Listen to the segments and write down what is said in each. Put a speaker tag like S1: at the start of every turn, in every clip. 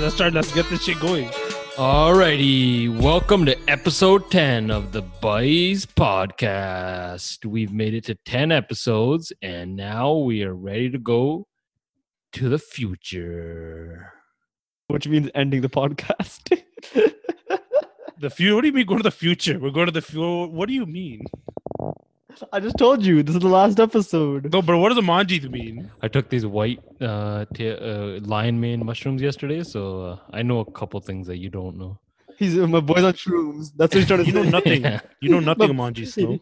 S1: let's start. Let's get this shit going.
S2: Alrighty, welcome to episode 10 of the Buzz Podcast. We've made it to 10 episodes and now we are ready to go to the future.
S3: Which means ending the podcast.
S1: The future. What do you mean? Go to the future. We're going to the future. What do you mean?
S3: I just told you this is the last episode.
S1: No, but what does the manji mean?
S2: I took these white uh, ta- uh, lion mane mushrooms yesterday, so uh, I know a couple things that you don't know.
S3: He's uh, my boy's on shrooms. That's what he's trying to
S1: You know
S3: say.
S1: nothing.
S2: Yeah.
S1: You know nothing, manji. Snow.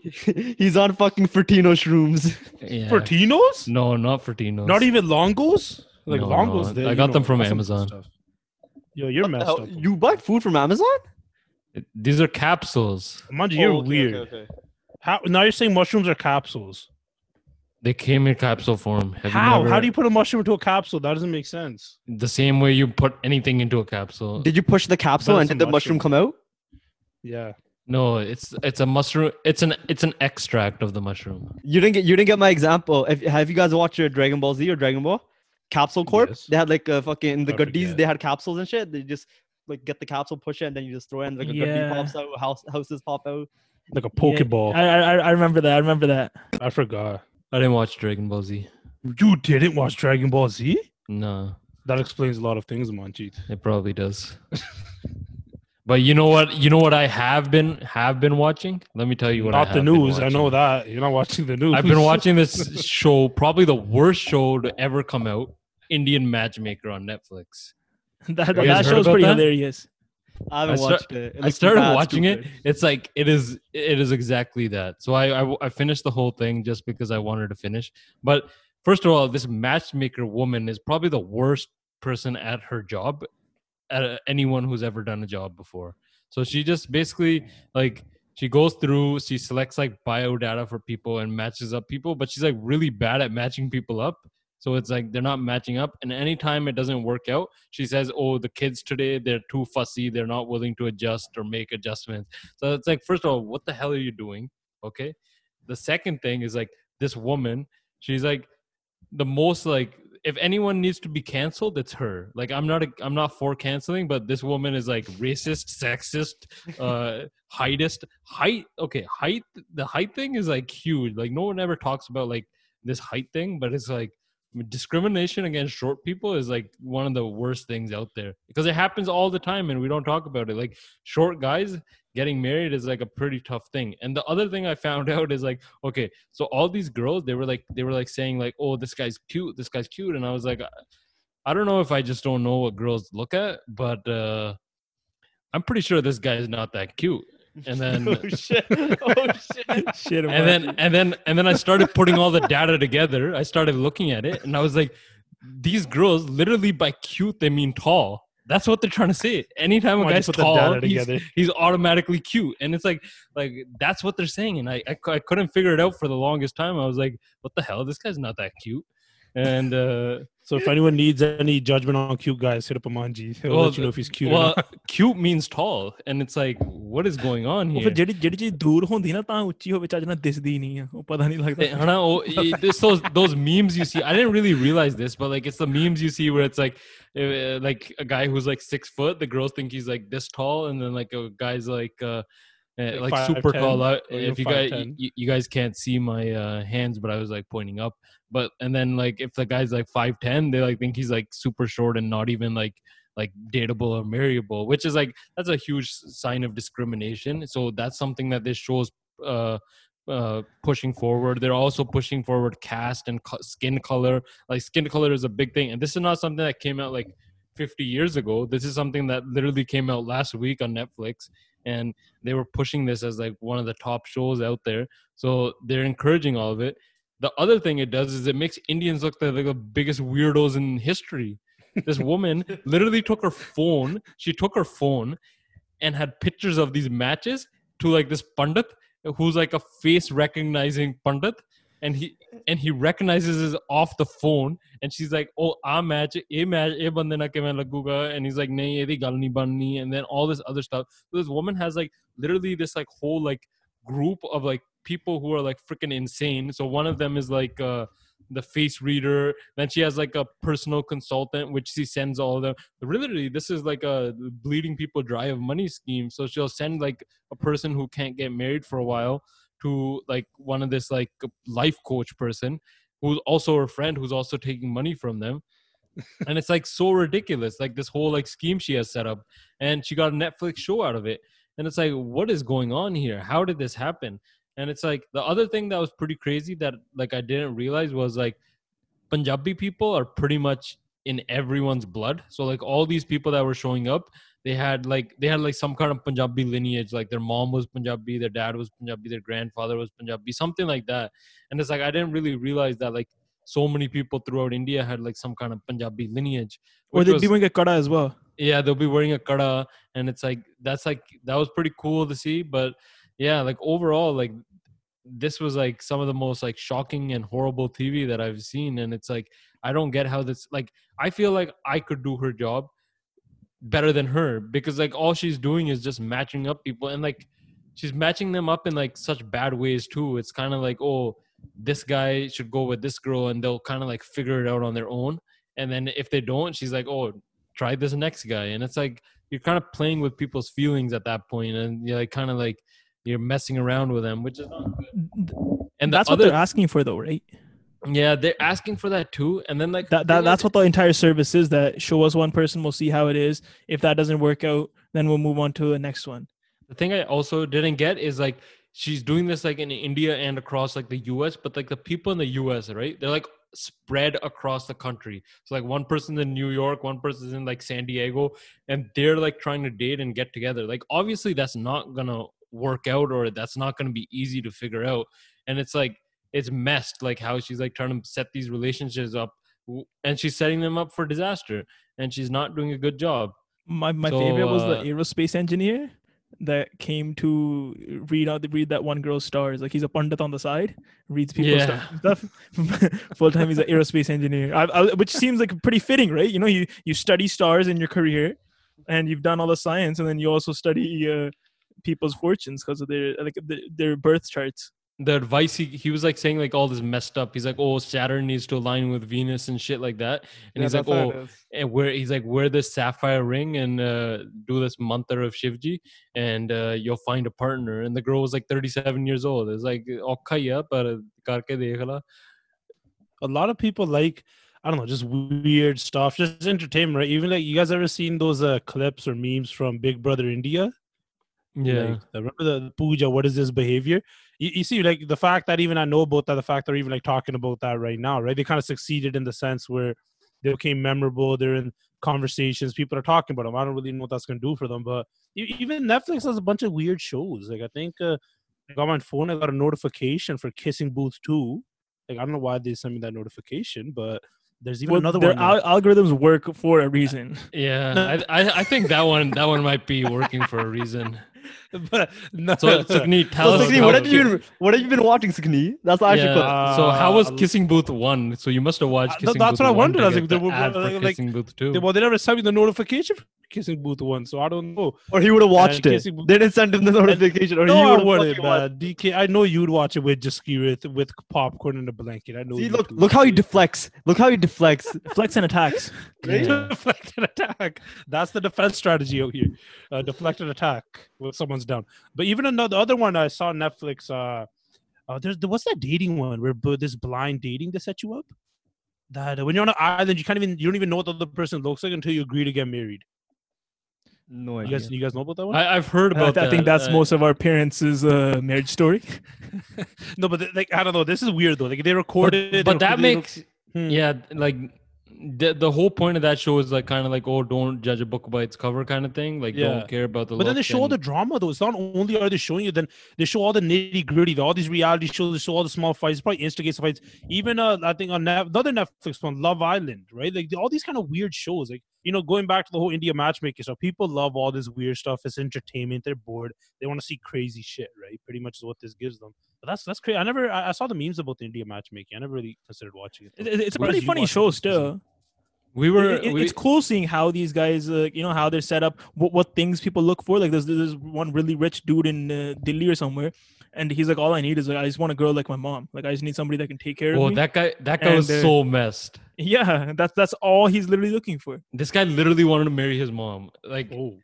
S3: he's on fucking Fertino shrooms.
S2: Yeah.
S1: Fortinos?
S2: No, not Fortinos.
S1: Not even longos? Like
S2: No,
S1: longos.
S2: no,
S1: they-
S2: I
S1: you
S2: got
S1: know,
S2: them from
S1: that's some
S2: Amazon.
S1: stuff. Yo, you're messed
S3: Hell,
S1: up.
S3: you buy food from Amazon?
S2: These are capsules.
S1: Manji, you're
S3: Oh,
S1: weird. How, now you're saying mushrooms are capsules.
S2: They came in capsule form. Have you
S1: How?
S2: never-
S1: How do you put a mushroom into a capsule? That doesn't make sense.
S2: the same way you put anything into a capsule?
S3: Did you push the capsule
S1: That's
S3: and
S1: a
S3: did the mushroom
S1: mushroom.
S3: come out?
S1: Yeah.
S2: No, it's it's a mushroom. It's an it's an extract of the mushroom.
S3: You didn't get you didn't get my example. If, have you guys watched uh, Dragon Ball Z or Dragon Ball? Capsule Corp.
S1: Yes.
S3: They had like uh, fucking in the
S1: I
S3: goodies.
S1: forget.
S3: They had capsules and shit. They just like get the capsule, push it, and then you just throw it, and like a
S4: Yeah.
S3: goodie pops out. House, houses pop out.
S1: Like a
S4: Yeah,
S1: Pokeball.
S4: I, I I remember that. I remember that.
S1: I, forgot.
S2: I didn't watch Dragon Ball Z.
S1: You didn't watch Dragon Ball Z?
S2: No,
S1: That explains a lot of things, Manjeet.
S2: it probably does. but you know what? You know what I have been have been watching. Let me tell you what. I
S1: Not the
S2: have been
S1: news. I know
S2: watching.
S1: that. You're not watching the news.
S2: I've been watching this show, probably the worst show to ever come out, Indian Matchmaker on Netflix.
S4: That
S2: You guys
S4: that
S2: heard
S4: show's
S2: about
S4: pretty
S2: that?
S4: hilarious.
S3: I haven't
S2: I sta-
S3: watched it. It
S2: I
S3: looks
S2: started
S3: bad,
S2: watching
S3: stupid.
S2: it. It's like it is. It is exactly that. So I, I I finished the whole thing just because I wanted to finish. But first of all, this matchmaker woman is probably the worst person at her job, at anyone who's ever done a job before. So she just basically like she goes through, she selects like bio data for people and matches up people, but she's like really bad at matching people up. So it's like they're not matching up. And anytime it doesn't work out, she says, Oh, the kids today, they're too fussy. They're not willing to adjust or make adjustments. So it's like, first of all, what the hell are you doing? Okay. The second thing is like this woman, she's like the most like, if anyone needs to be canceled, it's her. Like I'm not, a, I'm not for canceling, but this woman is like racist, sexist, uh, heightist, height. Okay, height. The height thing is like huge. Like no one ever talks about like this height thing, but it's like discrimination against short people is like one of the worst things out there because it happens all the time and we don't talk about it like short guys getting married is like a pretty tough thing and the other thing i found out is like okay so all these girls they were like they were like saying like oh this guy's cute this guy's cute and i was like i don't know if i just don't know what girls look at but uh i'm pretty sure this guy is not that cute and then
S3: oh shit! Oh shit!
S4: Shit.
S2: and then and then and then I started putting all the data together. I started looking at it and I was like, these girls literally by cute they mean tall. That's what they're trying to say. Anytime a
S1: Manjeet
S2: guy's
S1: put the data
S2: tall, he's,
S1: together.
S2: he's automatically cute. And it's like like that's what they're saying. And I, I cou- I couldn't figure it out for the longest time. I was like, what the hell? This guy's not that cute. And uh
S1: So if anyone needs any judgment on cute guys, hit up a Manjeet. He'll
S2: Well,
S1: let you know if he's cute.
S2: well
S1: or not.
S2: cute means tall. And it's like, what is going on
S4: ਉਹ ਫਿਰ
S2: here?
S4: ਜਿਹੜੀ ਜਿਹੜੀ ਚੀਜ਼ ਦੂਰ ਹੁੰਦੀ ਨਾ ਤਾਂ ਉੱਚੀ ਹੋਵੇ ਚੱਜ ਨਾਲ ਦਿਸਦੀ ਨਹੀਂ ਆ ਉਹ ਪਤਾ ਨਹੀਂ
S2: Hey,
S4: ਲੱਗਦਾ
S2: Hannah, oh, y- this those those memes you see. I didn't really realize this, but like it's the memes you see where it's like uh, like a guy who's like six foot, the girls think he's like this tall, and then like a guy's like uh, uh,
S1: Like
S2: like
S1: five
S2: super
S1: ten,
S2: tall. Uh,
S1: or you're
S2: If you
S1: five
S2: guys
S1: ten.
S2: you, you guys can't see my uh, hands, but I was like pointing up. But and then like if the guy's like five ten, they like think he's like super short and not even like like dateable or marryable, which is like that's a huge sign of discrimination. So that's something that this shows. Uh, uh, pushing forward. They're also pushing forward cast and co- skin color. Like skin color is a big thing, and this is not something that came out like 50 years ago. This is something that literally came out last week on Netflix, and they were pushing this as like one of the top shows out there. So they're encouraging all of it. The other thing it does is it makes Indians look like the biggest weirdos in history. This woman literally took her phone. She took her phone and had pictures of these matches to like this pundit who's like a face recognizing pundit and he and he recognizes us off the phone and she's like oh our match a match a bande na kiਵੇਂ ਲੱਗੂਗਾ and he's like nahi ਇਹਦੀ ਗੱਲ ਨਹੀਂ ਬਣਨੀ and then all this other stuff so this woman has like literally this like whole like group of like people who are like freaking insane so one of them is like uh the face reader. Then she has like a personal consultant, which she sends all of them. Literally, this is like a bleeding people dry of money scheme. So she'll send like a person who can't get married for a while to like one of this like life coach person who's also her friend who's also taking money from them. and it's like so ridiculous, like this whole like scheme she has set up. And she got a Netflix show out of it. And it's like, what is going on here? How did this happen? And it's like the other thing that was pretty crazy that like I didn't realize was like Punjabi people are pretty much in everyone's blood. So like all these people that were showing up, they had like they had like some kind of Punjabi lineage. Like their mom was Punjabi, their dad was Punjabi, their grandfather was Punjabi, something like that. And it's like I didn't really realize that like so many people throughout India had like some kind of Punjabi lineage.
S4: Or
S2: which
S4: they're
S2: was-
S4: doing a kada as well.
S2: yeah they'll be wearing a kara and it's like that's like that was pretty cool to see but yeah like overall like this was like some of the most like shocking and horrible tv that i've seen and it's like i don't get how this like i feel like i could do her job better than her because like all she's doing is just matching up people and like she's matching them up in like such bad ways too it's kind of like oh this guy should go with this girl and they'll kind of like figure it out on their own and then if they don't she's like oh try this next guy and it's like you're kind of playing with people's feelings at that point and you're like kind of like you're messing around with them which is not good and
S4: And
S2: the
S4: that's what
S2: other
S4: they're asking for, though, right?
S2: yeah they're asking for that too and then like
S4: That, that that's what the entire service is. That show us one person, we'll see how it is. If that doesn't work out, then we'll move on to the next one.
S2: the thing i also didn't get is like she's doing this like in india and across like the us but like the people in the us right they're like spread across the country so like one person's in new york one person's in like san diego and they're like trying to date and get together like obviously that's not gonna work out or that's not gonna be easy to figure out and it's like it's messed like how she's like trying to set these relationships up w- and she's setting them up for disaster and she's not doing a good job
S4: My my
S2: So,
S4: favorite was
S2: uh,
S4: the aerospace engineer that came to read out read that one girl's stars. Like he's a pundit on the side, reads people's
S2: Yeah.
S4: stars and stuff. Full time, he's an aerospace engineer, I, I, which seems like pretty fitting, right? You know, you you study stars in your career, and you've done all the science, and then you also study uh, people's fortunes because of their like their, their birth charts.
S2: the advice he, he was like saying like all this messed up. He's like, oh, Saturn needs to align with Venus and shit like that. And he's like, oh, and where he's like, wear this sapphire ring and uh, do this mantra of Shivji, and uh, you'll find a partner. And the girl was like 37 years old. It's like, okay, yeah, but karke dekhala.
S1: a lot of people like I don't know, just weird stuff, just entertainment. Right? Even like you guys ever seen those uh, clips or memes from Big Brother India?
S2: Yeah,
S1: Like, the- remember the, the puja? What is this behavior? You, you see, like the fact that even I know about that, the fact they're even like talking about that right now, right? They kind of succeeded in the sense where they became memorable. They're in conversations. People are talking about them. I don't really know what that's going to do for them, but e- even Netflix has a bunch of weird shows. Like I think uh, I got my phone. I got a notification for Kissing Booth Two. Like I don't know why they sent me that notification, but there's even
S4: Well,
S1: another
S4: their
S1: one. uh, now.
S4: al- algorithms work for a reason.
S2: yeah. I, I, I think that one that one might be working for a reason.
S1: but no,
S2: So, so Gneed, tell
S3: So,
S2: us.
S3: Sikni,
S2: how
S3: what
S2: it
S3: have you
S2: was-
S3: been, what have you been watching, Sikni? That's the actual question.
S2: Yeah, so how was
S1: Uh,
S2: Kissing Booth one? So you must have watched
S1: Uh,
S2: Kissing
S1: that's
S2: Booth
S1: what I
S2: 1 to
S1: wondered. I was
S2: get
S1: like, there
S2: the
S1: were-
S2: ad for
S1: like- like,
S2: Kissing Booth two.
S1: They- well, they never sent me the notification for Kissing Booth one, so I don't know.
S3: Or he would have watched
S1: Uh,
S3: it.
S1: Kissing Booth-
S3: They didn't send him the notification. Or he
S1: No, I
S3: would've
S1: wouldn't,
S3: fucking watched
S1: man. DK, I know you'd watch it with just with with popcorn and a blanket. I know.
S3: See,
S1: you
S3: look,
S1: do.
S3: look how he deflects. Look how he deflects.
S4: Flex and attacks.
S2: Yeah.
S1: deflect an attack. That's the defense strategy out here. Uh, deflect an attack when someone's down. But even another other one I saw on Netflix. Uh, uh there's what's that dating one where bu- this blind dating they set you up. That uh, when you're on an island, you can't even you don't even know what the other person looks like until you agree to get married.
S3: no
S1: You
S3: idea.
S1: guys, you guys know about that one?
S2: I, I've heard
S4: I,
S2: about that.
S4: I think that's
S2: Uh,
S4: most of our parents' uh, marriage story.
S1: no, but th- like I don't know. This is weird though. Like they
S2: But,
S1: recorded, it, they
S2: but that
S1: recorded it, they
S2: makes
S1: Hmm.
S2: yeah, like the the whole point of that show is like kind of like oh, don't judge a book by its cover kind of thing. Like
S1: Yeah.
S2: don't care about the.
S1: But then they
S2: look
S1: show all
S2: and-
S1: the drama though. It's not only are they showing you, then they show all the nitty gritty. All these reality shows, they show all the small fights, probably instigates fights. Even uh, I think on Net- another Netflix one, Love Island, right? Like all these kind of weird shows. Like you know, going back to the whole India matchmaking stuff. People love all this weird stuff. It's entertainment. They're bored. They want to see crazy shit, right? Pretty much is what this gives them. But that's that's crazy. I never I, I saw the memes about the India matchmaking. I never really considered watching it.
S4: It-
S1: though.
S4: it- It's a
S1: Whereas
S4: pretty
S1: you
S4: funny
S1: watch
S4: show
S1: it, it's easy.
S4: still.
S2: We were.
S4: It- it-
S2: we,
S4: it's cool seeing how these guys, uh, you know, how they're set up, what, what things people look for. Like, there's there's one really rich dude in uh, Delhi or somewhere, and he's like, all I need is like, I just want a girl like my mom. Like, I just need somebody that can take care
S2: well,
S4: of me.
S2: Oh, that guy. That guy was
S4: And, uh,
S2: so messed.
S4: yeah, that's that's all he's literally looking for.
S2: This guy literally wanted to marry his mom. Like
S1: Oh,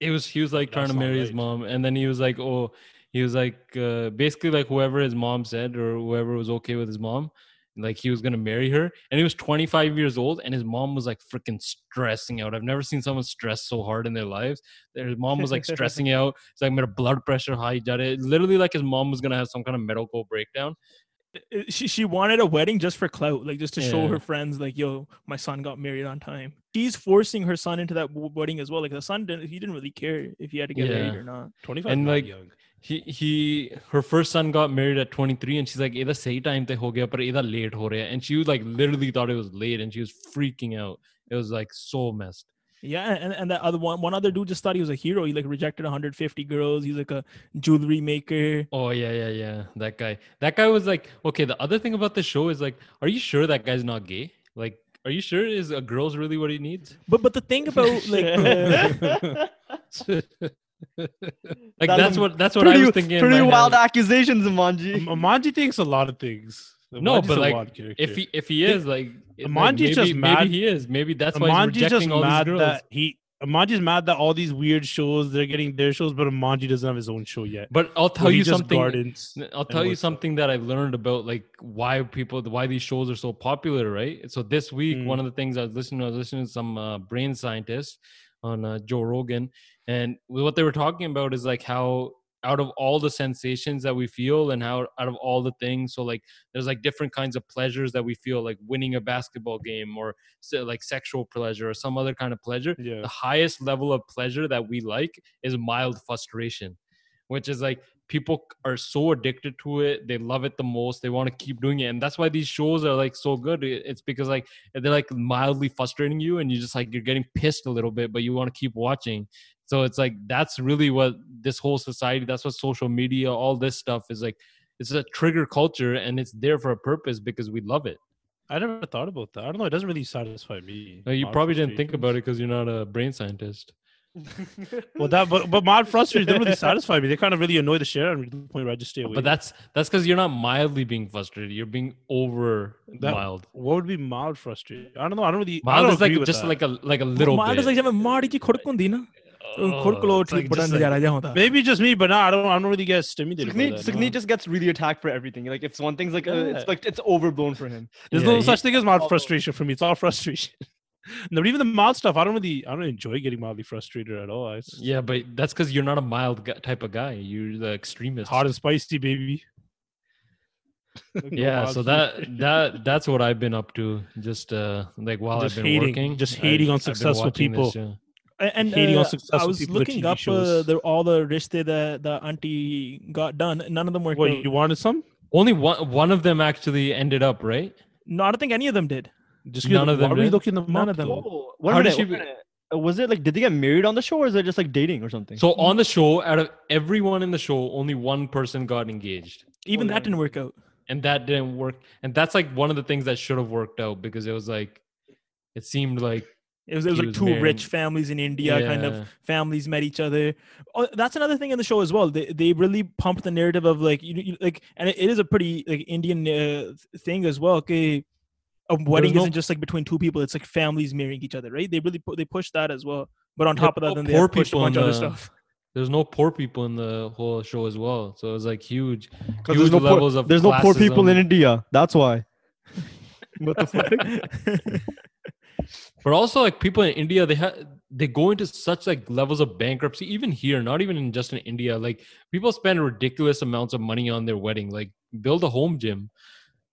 S2: it was. He was like trying to
S1: That's not
S2: marry his
S1: right.
S2: mom, and then he was like, oh, he was like uh, basically like whoever his mom said or whoever was okay with his mom. Like he was gonna marry her, and he was 25 years old, and his mom was like freaking stressing out. I've never seen someone stress so hard in their lives. Their mom was like stressing out. It's like my blood pressure high. Jare." Literally, like his mom was gonna have some kind of medical breakdown.
S4: Uh, She she wanted a wedding just for clout, like just to show
S2: Yeah.
S4: her friends, like, yo, my son got married on time. She's forcing her son into that w- wedding as well. Like the son didn't, he didn't really care if he had to get married
S2: Yeah.
S4: or not.
S1: 25
S2: And,
S1: and
S2: like,
S1: like young.
S2: he he her first son got married at 23 and she's like either say time te ho gaya, par either late ho raha hai." and she was like literally thought it was late and she was freaking out it was like so messed
S4: Yeah, and, and that other one, one other dude just thought he was a hero. He like rejected 150 girls. He's like a jewelry maker.
S2: oh yeah yeah yeah that guy that guy was like okay the other thing about the show is like are you sure that guy's not gay like are you sure is a girl's really what he needs
S4: But but the thing about like uh,
S2: like
S3: That's
S2: that's
S3: a
S2: what that's what
S3: pretty,
S2: i was thinking in
S3: pretty
S2: my
S3: wild
S2: head.
S3: accusations, Manji.
S1: Amanji thinks a lot of things.
S2: No,
S1: Amanji's
S2: but,
S1: a
S2: like,
S1: wild character.
S2: if he if he is like like,
S1: Amanji's
S2: maybe,
S1: just
S2: maybe
S1: mad-
S2: he is maybe that's why he's
S1: Amanji's just
S2: rejecting all these
S1: mad
S2: girls
S1: that he Amanji's mad that all these weird shows they're getting their shows, but Amanji doesn't have his own show yet.
S2: but i'll tell
S1: Where he
S2: you
S1: just
S2: something
S1: Gardens.
S2: N- I'll
S1: and
S2: tell you
S1: what's up.
S2: something that I've learned about like why people why these shows are so popular, right? So this week,
S1: Mm.
S2: one of the things I was listening, to, I was listening to some uh, brain scientists on uh, Joe Rogan, and what they were talking about is like how out of all the sensations that we feel and how out of all the things so like there's like different kinds of pleasures that we feel like winning a basketball game or se- like sexual pleasure or some other kind of pleasure
S1: Yeah.
S2: the highest level of pleasure that we like is mild frustration which is like people c- are so addicted to it they love it the most they want to keep doing it and that's why these shows are like so good It- it's because like they're like mildly frustrating you and you just like you're getting pissed a little bit but you want to keep watching so it's like that's really what this whole society that's what social media all this stuff is like it's a trigger culture and it's there for a purpose because we love it
S1: I never thought about that. I don't know. It doesn't really satisfy me.
S2: Now, you
S1: Mod
S2: probably didn't think
S1: frustrations.
S2: about it because you're not a brain scientist
S1: Well, that but but mod frustrations don't really satisfy me. They kind of really annoy the shit out of me to the point where I just stay away.
S2: But that's that's because you're not mildly being frustrated. You're being over
S1: That-
S2: mild.
S1: what would be mild frustration? I don't know. I don't really. I
S2: Mild
S1: don't
S2: is like
S1: agree with
S2: just
S1: that.
S2: like a like a little
S4: ਮਾਂ
S2: bit.
S4: ਤਾਂ ਸਹੀ ਜਿਵੇਂ ਮਾੜੀ ਜਿਹੀ ਖੁੜਕ ਹੁੰਦੀ ਨਾ ਉਹ
S2: Oh,
S4: ਖੁੜਕ low
S2: it's
S4: ਠੀਕ
S2: like
S4: ਬੜਾ
S2: just like-
S4: ਨਜ਼ਾਰਾ ਜਿਹਾ ਹੁੰਦਾ
S1: maybe just me, but no, I don't. I don't really get stimulated. by
S3: Sukni,
S1: that,
S3: Sukni
S1: no.
S3: just gets really attacked for everything. Like if one thing's like, uh,
S1: Yeah.
S3: it's like it's overblown for him.
S1: There's
S2: Yeah,
S1: no
S2: he-
S1: such thing as mild
S3: Although-
S1: frustration for me. It's all frustration. no, but even the mild stuff, I don't really, I don't enjoy getting mildly frustrated at all. It's
S2: yeah, but that's because you're not a mild gu- type of guy. You're the extremist.
S1: hot and spicy, baby.
S2: yeah, so that that that's what I've been up to. Just uh like while
S1: Just
S2: I've been
S1: hating-
S2: working,
S1: just
S2: I-
S1: hating on
S2: I've been
S1: successful
S2: watching this
S1: people.
S2: show.
S4: A- and
S1: hating on
S4: uh,
S1: successful
S4: I was
S1: people at
S4: looking
S1: TV
S4: up uh,
S1: shows.
S4: the, all the rishte that the auntie got done. None of them worked.
S1: Wait,
S4: Wait,
S1: you wanted some?
S2: Only one one of them actually ended up right.
S4: no, I don't think any of them did.
S1: Just
S2: None of them
S1: Why are we
S2: did?
S1: looking them
S4: None
S1: up,
S4: of them.
S1: though?
S3: Oh, one
S2: How did
S3: minute,
S2: she
S3: one
S2: be-
S3: minute. Uh, Was it like did they get married on the show or is it just like dating or something?
S2: So on the show, out of everyone in the show, only one person got engaged.
S4: Even
S3: Oh,
S4: that
S3: yeah.
S4: didn't work out.
S2: and that didn't work and that's like one of the things that should have worked out because it was like it seemed like
S4: It was, it was
S2: He
S4: like
S2: was
S4: two
S2: married
S4: rich
S2: and-
S4: families in India, kind of
S2: Yeah.
S4: families met each other. Oh, that's another thing in the show as well. They they really pump the narrative of like you, you like, and it, it is a pretty like Indian uh, thing as well. Okay, a wedding
S2: no-
S4: isn't just like between two people; it's like families marrying each other, right? They really pu- they push that as well. But on
S2: Yeah,
S4: top of
S2: po-
S4: that, then they
S2: poor
S4: have pushed a
S2: people in
S4: bunch of other
S2: the-
S4: stuff.
S2: there's no poor people in the whole show as well so it was like huge
S3: Because
S2: huge
S3: there's no
S2: levels
S3: poor,
S2: of
S3: there's no poor people in
S2: classism.
S3: India. That's why. what the fuck?
S2: but also like people in india they ha- they go into such like levels of bankruptcy even here not even in just in india like people spend ridiculous amounts of money on their wedding like build a home gym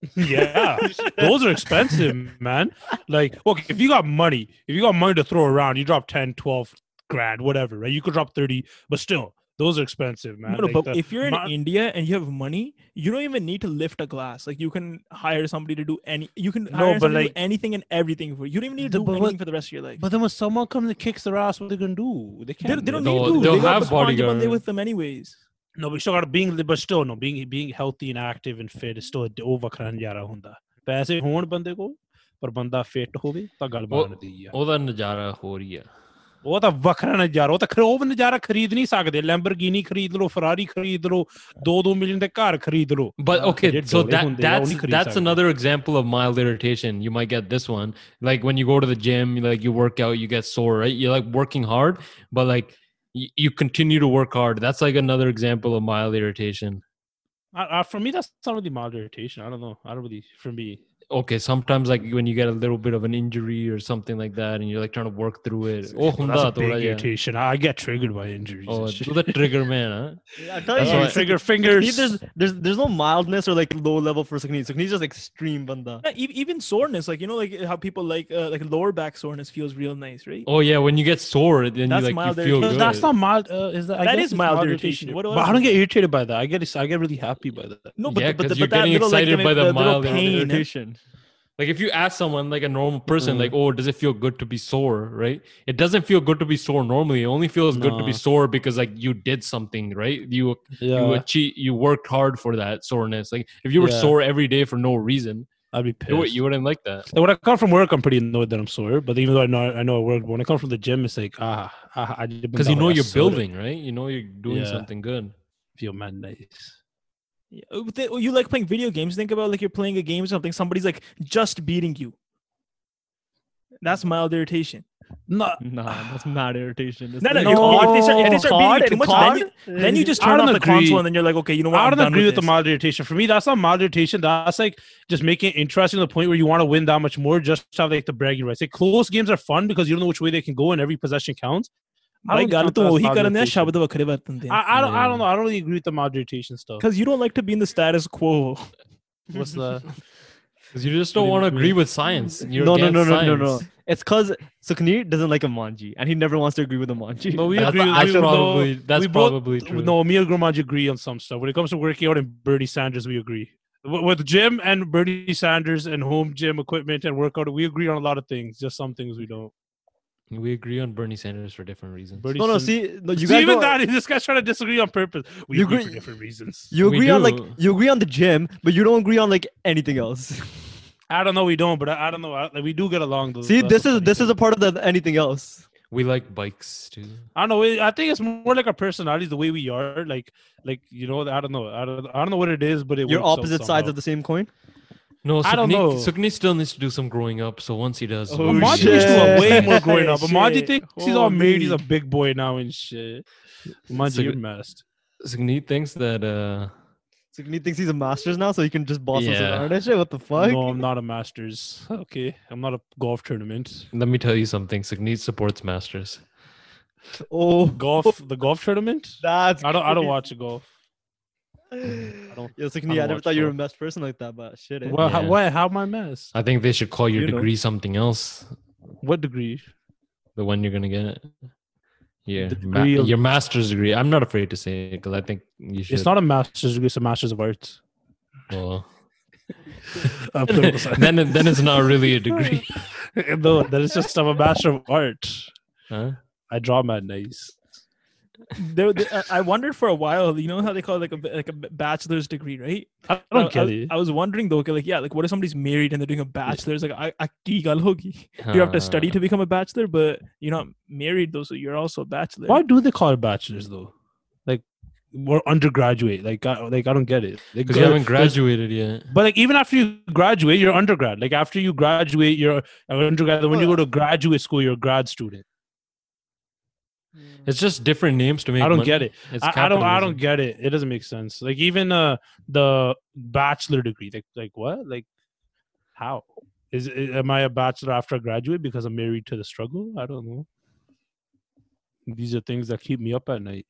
S1: yeah, those are expensive, man. Like, okay, if you got money, if you got money to throw around, you drop 10, 12 grand, whatever, right? You could drop 30, but still, those are expensive, man.
S4: No,
S1: Like,
S4: but
S1: the-
S4: if you're in
S1: ma-
S4: India and you have money, you don't even need to lift a glass. Like you can hire somebody to do any. You can
S1: No,
S4: hire
S1: but
S4: somebody to do
S1: like-
S4: anything and everything for you. You don't even need to
S1: No,
S4: do
S1: but
S4: anything
S1: what-
S4: for the rest of your life.
S1: But then when someone comes and kicks their ass, what are they gonna do? They
S4: they,
S1: can't.
S4: they don't
S2: They'll-
S4: need to.
S2: they'll
S4: They got
S2: have
S4: the Sanji Bande
S2: bodyguard.
S4: with them anyways.
S1: No, but still got being, but still no being being healthy and active and fit is still over karan jara hunda. ਪੈਸੇ ਹੋਣ ਬੰਦੇ ਕੋਲ ਪਰ ਬੰਦਾ fit ਹੋਵੇ ਤਾਂ ਗੱਲ
S2: ਉਹ-
S1: ਬਣਦੀ ਆ
S2: ਉਹਦਾ ਨਜ਼ਾਰਾ ਹੋ ਰਹੀ ਆ
S1: ਉਹ ਤਾਂ ਵੱਖਰਾ ਨਜ਼ਾਰਾ ਉਹ ਤਾਂ ਖਰੋ ਉਹ ਨਜ਼ਾਰਾ ਖਰੀਦ ਨਹੀਂ ਸਕਦੇ ਲੈਂਬਰਗਿਨੀ ਖਰੀਦ ਲਓ ਫਰਾਰੀ ਖਰੀਦ ਲਓ 2-2 ਮਿਲੀਅਨ ਦੇ ਘਰ ਖਰੀਦ ਲਓ
S2: But
S1: Ah,
S2: okay,
S1: ਜਿਹੜੇ
S2: so
S1: ਡੋਲੇ
S2: that
S1: ਹੁੰਦੇ ਆ, ਉਹ
S2: that's
S1: ਨਹੀਂ ਖਰੀਦ
S2: that's
S1: ਸਕਦੇ।
S2: another example of mild irritation. You might get this one, like when you go to the gym, you like you work out, you get sore, right? You're like working hard, but like you, you continue to work hard. That's like another example of mild irritation.
S1: Uh, uh, for me, that's not really mild irritation. I don't know. I don't really. For me,
S2: Okay, sometimes like when you get a little bit of an injury or something like that, and you're like trying to work through it. Oh,
S1: that's a
S2: hunda
S1: big
S2: thoda, yeah.
S1: irritation. I get triggered by injuries.
S2: Oh,
S1: and
S2: it's
S1: shit.
S2: the trigger man, huh?
S3: I tell
S2: That's
S3: you,
S2: why-
S3: Sakhi-
S1: trigger
S3: Sakhi,
S1: fingers.
S3: There's there's there's no mildness or like low level for Sakni. Sakni's just extreme banda.
S4: Yeah, e- even soreness, like you know, like how people like uh, like lower back soreness feels real nice, right?
S2: Oh yeah, when you get sore, then
S4: That's
S2: you like
S4: mild
S2: you feel
S1: No,
S2: good.
S4: irritation.
S1: that's not mild. Uh, is that, I
S4: That
S1: guess
S4: is
S1: it's
S4: mild irritation. What do
S1: but
S4: I-
S1: I don't get irritated by that. I get. I get really happy by that.
S4: No,
S2: Yeah,
S4: but, but,
S2: 'cause
S4: but
S2: you're
S4: that
S2: getting
S4: little like
S2: excited
S4: the,
S2: by the
S4: the little
S2: mild
S4: pain,
S3: Irritation.
S2: Like if you ask someone, like a normal person,
S1: Mm.
S2: like, oh, does it feel good to be sore? Right? It doesn't feel good to be sore normally. It only feels good to be
S1: Nah.
S2: sore because like you did something, right? You you
S1: Yeah,
S2: achieve you worked hard for that soreness. Like if you were
S1: Yeah.
S2: sore every day for no reason,
S1: I'd be
S2: you, would-
S1: pissed.
S2: you wouldn't like that.
S1: Like, when I come from work, I'm pretty annoyed that I'm sore. But even though I know I know I work, but when I come from the gym, it's like ah, ah I
S2: Because you know you're building, right? You know you're doing
S1: Yeah.
S2: something good.
S1: Feel man nice.
S4: Yeah. Oh, but they- oh, you like playing video games? Think about like you're playing a game or something. Somebody's like just beating you. That's mild irritation.
S1: No,
S3: Nah, that's not irritation. That's
S4: No, no,
S1: No.
S4: you- oh, if they start, if they
S1: Oh,
S4: start beating you too much, then you, then you just
S1: I
S4: turn
S1: don't
S4: off the console
S1: agree.
S4: and then you're like, okay, you know what?
S1: I
S4: I'm
S1: don't
S4: done
S1: agree with the
S4: this.
S1: mild irritation. For me, that's not mild irritation. That's like just making it interesting to the point where you want to win that much more just to have like the bragging rights. Like close games are fun because you don't know which way they can go and every possession counts. I
S4: Bhai
S1: don't
S4: ਗੱਲ
S1: count
S4: ਤਾਂ
S1: that as
S4: ਉਹੀ
S1: mild
S4: ਕਰਨ ਦੇ
S1: irritation.
S4: ਸ਼ਬਦ ਵੱਖਰੇ ਵਰਤਦੇ ਆ
S1: I, I don't I
S2: Yeah.
S1: don't know. I don't really agree with the mild irritation stuff.
S4: because you don't like to be in the status quo
S1: What's the
S2: Because you just
S1: What
S2: don't
S1: do you
S2: want to
S1: mean?
S2: agree with science. You're
S3: no, no, no,
S2: against
S3: no, no, no.
S2: science.
S3: It's because Sakni doesn't like Amanji, and he never wants to agree with Amanji.
S1: No, we
S2: That's,
S1: agree.
S2: that's
S1: we, no,
S2: probably that's
S1: we both-
S2: probably true.
S1: no, me and Grumaj agree on some stuff. When it comes to working out and Bernie Sanders, we agree. W- With Jim and Bernie Sanders and home gym equipment and workout, we agree on a lot of things. Just some things we don't.
S2: We agree on Bernie Sanders for different reasons.
S1: Bernie
S3: no, no.
S1: Sanders-
S3: See, no, you
S1: See,
S3: guys
S1: even
S3: don't-
S1: that this guy's trying to disagree on purpose. We
S3: You
S1: agree,
S3: agree-
S1: for different reasons.
S3: You
S2: We
S3: agree on like
S2: do.
S3: you agree on the gym, but you don't agree on like anything else.
S1: I don't know. We don't, but I, I don't know. I, like, we do get along. Though,
S3: See,
S1: that's
S3: this
S1: the
S3: is
S1: funny
S3: this is
S1: thing.
S3: a part of the anything else.
S2: We like bikes too.
S1: I don't know. it- I think it's more like our personalities, the way we are. Like, like you know, I don't know. I don't, I don't know what it is, but it.
S3: You're
S1: works out
S3: opposite sides
S1: somehow.
S3: of the same coin.
S2: No, Sukni,
S1: I don't know.
S2: Sukni still needs to do some growing up. So once he does,
S3: Oh,
S2: we'll
S1: Amaji
S2: see.
S1: used to have way more
S3: shit.
S1: growing up. Amaji
S3: Shit.
S1: thinks he's all made. He's a
S3: Holy.
S1: big boy now and shit.
S2: So-
S1: Amaji, you're messed.
S2: Sukni thinks that uh,
S3: So he thinks he's a master's now, so he can just boss us
S2: Yeah.
S3: around and shit. What the fuck?
S1: No, I'm not a masters. Okay, I'm not a golf tournament.
S2: let me tell you something. Sukni supports masters.
S3: Oh,
S1: Golf, the golf tournament.
S3: that's
S1: I don't. I don't
S3: crazy.
S1: watch golf.
S3: Yo,
S1: don't-
S3: Sakni,
S1: don't
S3: I never
S1: watch
S3: thought you were a
S1: golf.
S3: best person like that, but shit. eh?
S1: Well, how,
S2: Yeah.
S1: why? How am I messed?
S2: I think they should call your
S1: You know.
S2: degree something else.
S1: What degree?
S2: The one you're gonna get. Yeah,
S1: The
S2: ma-
S1: degree of-
S2: your master's degree. I'm not afraid to say it because I think you should.
S1: It's not a master's degree. It's a master's of arts.
S2: Well,
S1: Uh, political science.
S2: then it- then it's not really a degree.
S1: no, that is just I'm a master of art.
S2: Huh?
S1: I draw mad nice.
S4: there, there- I- I wondered for a while, you know how they call it like a like a bachelor's degree, right?
S1: I don't
S4: I-
S1: get
S4: I,
S1: it.
S4: I was wondering though, okay, like yeah, like what if somebody's married and they're doing a bachelor's? Like, I, I ki gal hogi. You have to
S2: Uh,
S4: study
S1: Ah.
S4: to become a bachelor, but you're not married though, so you're also a bachelor.
S1: Why do they call it bachelor's though? Like we're undergraduate. Like I, like I don't get it. Like,
S2: because you
S1: uh,
S2: haven't
S1: there's-
S2: graduated yet.
S1: But like even after you graduate, you're undergrad. Like after you graduate, you're an undergrad. Then When you go to graduate school, you're a grad student.
S2: It's just different names to make.
S1: I don't
S2: mon-
S1: get it.
S2: It's
S1: I, I don't. I
S2: capitalism.
S1: don't get it. It doesn't make sense. Like even uh the bachelor degree. Like like what? Like how? Is i- am I a bachelor after I graduate because I'm married to the struggle? I don't know. These are things that keep me up at night.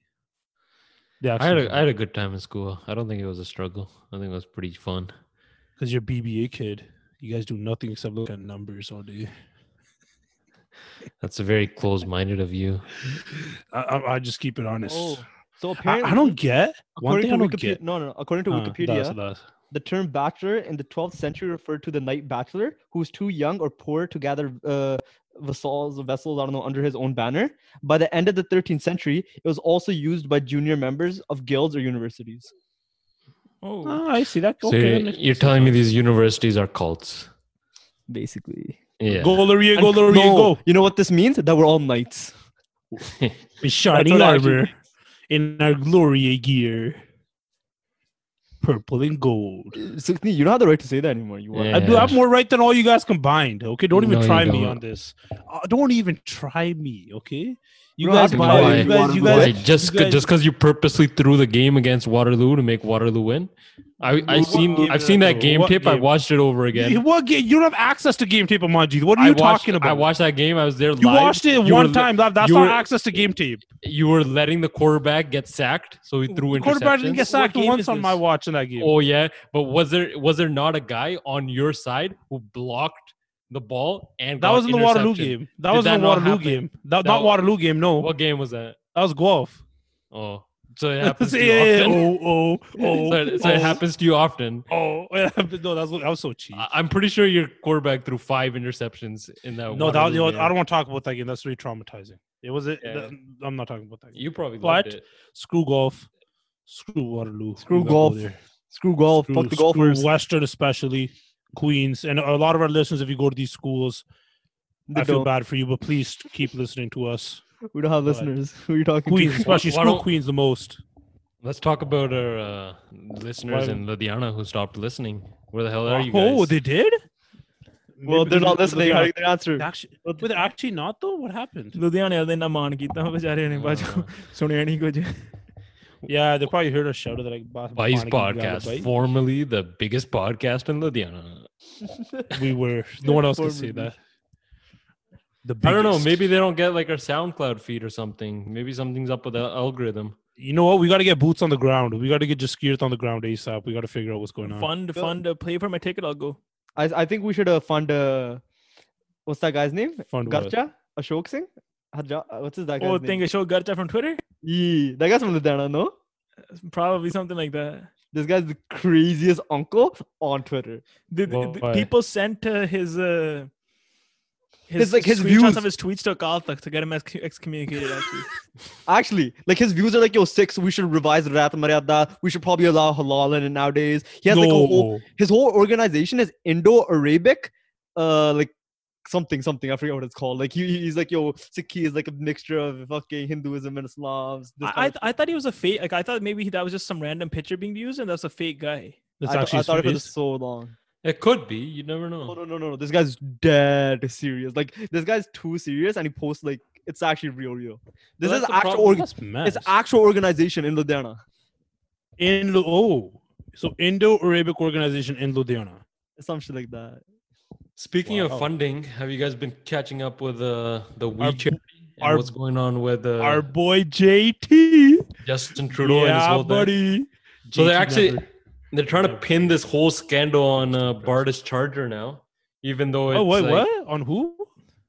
S1: Yeah,
S2: I had, a, I had a good time in school. I don't think it was a struggle. I think it was pretty fun.
S1: because you're BBA kid. You guys do nothing except look at numbers all day.
S2: That's very close-minded of you.
S1: I, I, I just keep it honest.
S3: Oh, so
S1: I,
S3: apparently,
S1: I don't get one
S3: according
S1: thing. I don't
S3: to Wikipedia,
S1: get.
S3: no, no, no, according to
S1: Uh,
S3: Wikipedia,
S1: that's- that's-
S3: The term bachelor in the 12th century referred to the knight bachelor who was too young or poor to gather uh, vassals, vessels, I don't know, under his own banner. By the end of the 13th century, it was also used by junior members of guilds or universities.
S4: Oh,
S1: Ah, I see that.
S2: so
S3: Oh.
S1: Okay, that
S2: you're,
S1: makes
S2: you're telling me these universities are cults?
S3: basically.
S2: Yeah.
S1: Go Laurier, go
S3: And-
S1: Laurier,
S3: no,
S1: go.
S3: You know what this means? That we're all knights.
S1: In shining
S4: what I actually
S1: armor, in our Laurier gear, purple and gold.
S3: Sukni, you don't have the right to say that anymore. You are.
S1: I do
S2: Yeah.
S1: have more right than all you guys combined. Okay, don't even
S2: No, you
S1: try me
S2: don't.
S1: on this. Uh, don't even try me. Okay, you
S3: Bro,
S1: guys,
S3: I'm
S1: buy-
S2: Why?
S1: you guys, you
S2: Why?
S1: guys,
S2: Just
S1: you
S2: c- just because you purposely threw the game against Waterloo to make Waterloo win. I I
S1: What game
S2: seen I've
S1: is
S2: seen
S1: that,
S2: that
S1: though?
S2: game
S1: What
S2: tape. I
S1: game?
S2: watched it over again.
S1: You- What game? You don't have access to game tape, Amanji. What are you
S2: I watched,
S1: talking
S2: I
S1: about?
S2: watched that game. I was there.
S1: you
S2: live.
S1: watched it
S2: You
S1: one
S2: were-
S1: time. That, that's
S2: you
S1: not
S2: were-
S1: access to game tape.
S2: You were letting the quarterback get sacked, so he threw
S1: Quarterback didn't get
S2: interceptions.
S1: sacked
S3: What game
S1: once
S3: is
S1: on my
S3: this?
S1: watch in that game.
S2: Oh yeah, but was there was there not a guy on your side who blocked the ball and
S1: that
S2: got
S1: was in the Waterloo
S2: interception?
S1: game. That
S2: Did
S1: was
S2: that
S1: in the
S2: not
S1: Waterloo
S2: happen?
S1: game. That,
S2: That
S1: not
S2: wa-
S1: Waterloo game. No,
S2: What game was that?
S1: that was Guelph.
S2: Oh, so it happens to you
S1: Yeah,
S2: often.
S1: oh, oh, oh,
S2: so it, so it happens to you often.
S1: oh. no, that's that was so cheap.
S2: I- I'm pretty sure your quarterback threw five interceptions in that.
S1: no, that was, you
S2: Waterloo
S1: know,
S2: game.
S1: I don't want to talk about that game. That's really traumatizing. It was. It,
S2: Yeah.
S1: th- I'm not talking about that. Game.
S2: You probably
S1: But-
S2: loved it.
S1: Screw golf. Screw Waterloo.
S3: Screw
S1: We gotta go
S3: golf.
S1: there.
S3: Screw golf. Fuck the
S1: Screw- screw
S3: golfers.
S1: Western especially. Queens and a lot of our listeners, if you go to these schools,
S3: They
S1: I feel
S3: don't.
S1: bad for you, but please keep listening to us.
S3: We don't have
S1: But-
S3: listeners. Who are you talking
S1: Queens,
S3: to?
S1: especially
S2: why
S1: screw
S2: don't-
S1: Queens the most.
S2: Let's talk about our uh, listeners
S1: Why-
S2: in Ludhiana who stopped listening. Where the hell are you guys?
S1: oh, they did.
S3: Well,
S1: Maybe
S3: they're not
S1: they-
S3: listening. How
S1: they're
S3: are you gonna answer?
S1: Actually, but they're actually not though. What happened?
S4: ਲੁਧਿਆਣੇ ਵਾਲੇ ਨੇ ਮਾਨ ਕੀਤਾ ਵਿਚਾਰੇ ਨੇ ਬਾਜੂ
S1: Ah.
S4: ਸੁਣਿਆ ਨਹੀਂ ਕੁਝ
S1: Yeah, they probably heard us shout it like "Bas-
S2: Vice
S1: Bani Gandhi
S2: Podcast,
S1: Gandhi
S2: formerly the biggest podcast in Ludhiana.
S1: Bhai." We were. No one else could say
S3: Formerly.
S1: that. The
S2: I don't know.
S1: biggest.
S2: Maybe they don't get like our SoundCloud feed or something. Maybe something's up with the algorithm.
S1: you know what? We got to get boots on the ground. We got to get Jaskirt on the ground ASAP. We got to figure out what's going on.
S4: fund
S3: Go.
S4: fund play for my ticket i'll go
S3: I, I think we should uh, fund. Uh, what's that guy's name?
S1: Fund what?
S3: Garcha? Ashok Singh? Haja- uh, what's his that guy's
S4: oh
S3: name?
S4: thing show garcha from twitter
S3: Yee, that guy's from Ludhiana, no?
S4: probably something like that
S3: This guy's the craziest uncle on Twitter.
S4: the, the-
S2: Well,
S4: the
S2: why?
S4: people sent uh, his uh
S3: His, like, his
S4: screenshots
S3: views.
S4: of his tweets to Kaltak to get him exc- excommunicated. Actually,
S3: Actually, like his views are like, yo, six, we should revise Rath Maryada. We should probably allow halal in it nowadays. He has like a whole,
S1: No.
S3: his whole organization is Indo-Arabic, uh, like something, something. I forget what it's called. Like he, he's like, yo, Sikhi is like a mixture of fucking Hinduism and Islam. this kind
S4: I, I,
S3: of-
S4: I thought he was a fake. Like I thought maybe he, that was just some random picture being used, and that's a fake guy.
S1: That's
S3: I,
S1: actually
S3: I
S1: his
S3: thought it was
S1: face.
S3: so long.
S2: It could be. You never know.
S3: No, no, no, no, no. This guy's dead serious. Like this guy's too serious, and he posts like it's actually real, real. This
S2: that's
S3: is
S2: the
S3: actual.
S2: problem.
S3: Org-
S1: That's mess.
S3: it's actual organization in Ludhiana.
S1: in Lu- oh, so Indo-Arabic organization in Ludhiana.
S3: Some shit like that.
S2: Speaking
S1: Wow.
S2: of funding, have you guys been catching up with uh, the
S1: Our-
S2: WeChat and
S1: our-
S2: what's going on with uh,
S1: Our boy JT.
S2: Justin Trudeau and his
S1: Yeah,
S2: whole thing?
S1: buddy.
S2: So they're
S1: JT
S2: actually
S1: never-
S2: they're trying to
S1: never
S2: pin this whole scandal on uh,
S1: Yes.
S2: Bardish Charger now, even though it's
S1: Oh wait,
S2: like,
S1: what? On who?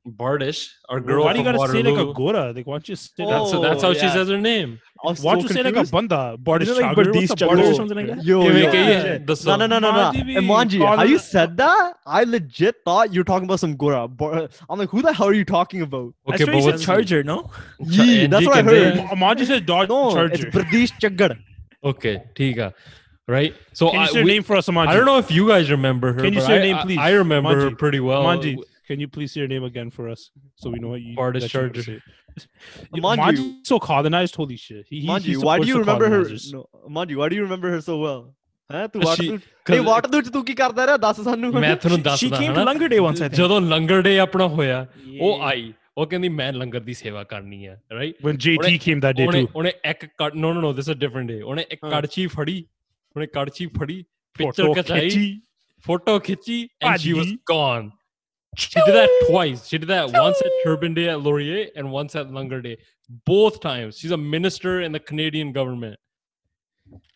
S2: Bardish, our girl
S1: Why do you
S2: from
S1: gotta say like
S2: Waterloo.
S1: a gora? Like, why don't you say
S2: That's
S1: that?
S3: Oh,
S2: that's how she
S3: yeah.
S2: says her name.
S3: I was
S1: Why
S3: so
S1: don't you say like a
S3: confused.
S1: banda? Bardish
S4: Isn't it like
S1: Chagger? What's
S4: Bardish
S1: a Bardish
S4: Chagger?
S1: or something like that?
S3: Yo,
S2: Okay,
S3: yo.
S2: okay,
S1: Oh, yeah.
S2: yeah, E, the
S3: No, no,
S2: song.
S3: no, no, no.
S1: Manji,
S3: Manji,
S1: call
S3: how you
S1: it-
S3: said that? I legit thought you were talking about some Gora. Bor- I'm like, who the hell are you talking about?
S4: Okay, I
S2: Okay,
S4: swear he
S2: but
S4: said
S2: what's
S4: Charger? No,
S2: Cha-
S3: Yee, that's
S2: Andy
S3: what I
S2: can do
S3: heard.
S2: it.
S1: Amanji said Dodge
S3: No,
S1: Charger.
S3: it's Pradesh Chaggar.
S2: Okay, Tiga. Right? So
S1: Can you
S2: I,
S1: say her
S2: we-
S1: name for us, Amanji?
S2: I don't know if you guys remember her.
S1: Can you
S2: but
S1: say her
S2: I-
S1: name,
S2: I-
S1: please?
S2: I remember her
S1: Manji.
S2: pretty well.
S1: Amanji, can you please say your name again for us so we know what you
S2: Bardish
S1: that you know to
S2: Charger.
S1: say? Yo,
S3: Manji-
S1: Manji's so colonized. Holy shit! He, he, he
S3: Manji, why do
S1: supports
S3: you
S1: the
S3: remember her?
S1: colonizers.
S3: No, Manji, why do you remember her so well? Huh? Tu
S2: She-
S3: Waterloo-
S2: because-
S3: Hey, Waterloo ਚ ਤੂੰ ਕੀ ਕਰਦਾ ਰਿਹਾ? ਦੱਸ ਸਾਨੂੰ ਹੁਣ।
S2: ਮੈਂ ਤੁਹਾਨੂੰ
S4: She-
S2: ਦੱਸਦਾ
S4: she came
S2: ਹਨਾ।
S4: to Langer Day once. I think.
S2: ਜਦੋਂ ਲੰਗਰ ਡੇ ਆਪਣਾ ਹੋਇਆ ਉਹ
S1: Yeah.
S2: ਆਈ ਉਹ ਕਹਿੰਦੀ ਮੈਂ ਲੰਗਰ ਦੀ ਸੇਵਾ ਕਰਨੀ ਹੈ right
S1: When JT
S2: Only-
S1: came that day
S2: ਉਹਨੇ
S1: too.
S2: ਉਹਨੇ ਇੱਕ ਕੜ no no no this a different day ਉਹਨੇ ਇੱਕ
S1: ਹਾਂ।
S2: ਕੜਚੀ ਫੜੀ ਉਹਨੇ ਕੜਚੀ ਫੜੀ ਪਿਕਚਰ
S1: Photo
S2: ਖਿਚਾਈ
S1: ਖਿੱਚੀ।
S2: ਫੋਟੋ ਖਿੱਚੀ ਐਂਡ ਸ਼ੀ ਵਾਸ
S1: ਭਾਜੀ।
S2: Gone She did that twice. She did that once at Turban Day at Laurier and once at Langer Day. Both times. She's a minister in the Canadian government.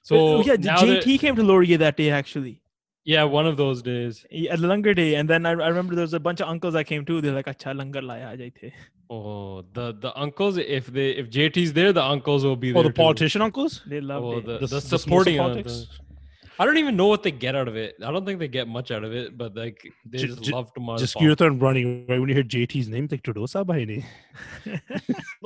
S2: So
S4: Oh, yeah,
S2: now that-
S4: JT came to Laurier that day actually
S2: yeah, one of those days.
S4: yeah, at Langer Day, and then I, I remember there was a bunch of uncles that came too. They're like, "Acha langar laya aaj the."
S2: Oh, the the uncles. If they if JT's there, the uncles will be there.
S1: Oh, the
S2: too.
S1: politician uncles.
S4: They loved
S2: Oh,
S4: it.
S2: the,
S1: The,
S2: the,
S1: s- the
S2: supporting
S1: Somoza
S2: of
S1: politics.
S2: the- I don't even know what they get out of it. I don't think they get much out of it, but like they
S1: Ju-
S2: just
S1: ju-
S2: love to
S1: Just
S2: modify.
S1: Kirtan running right when you hear JT's name, like Trudeau sahab hai nahi."
S3: No,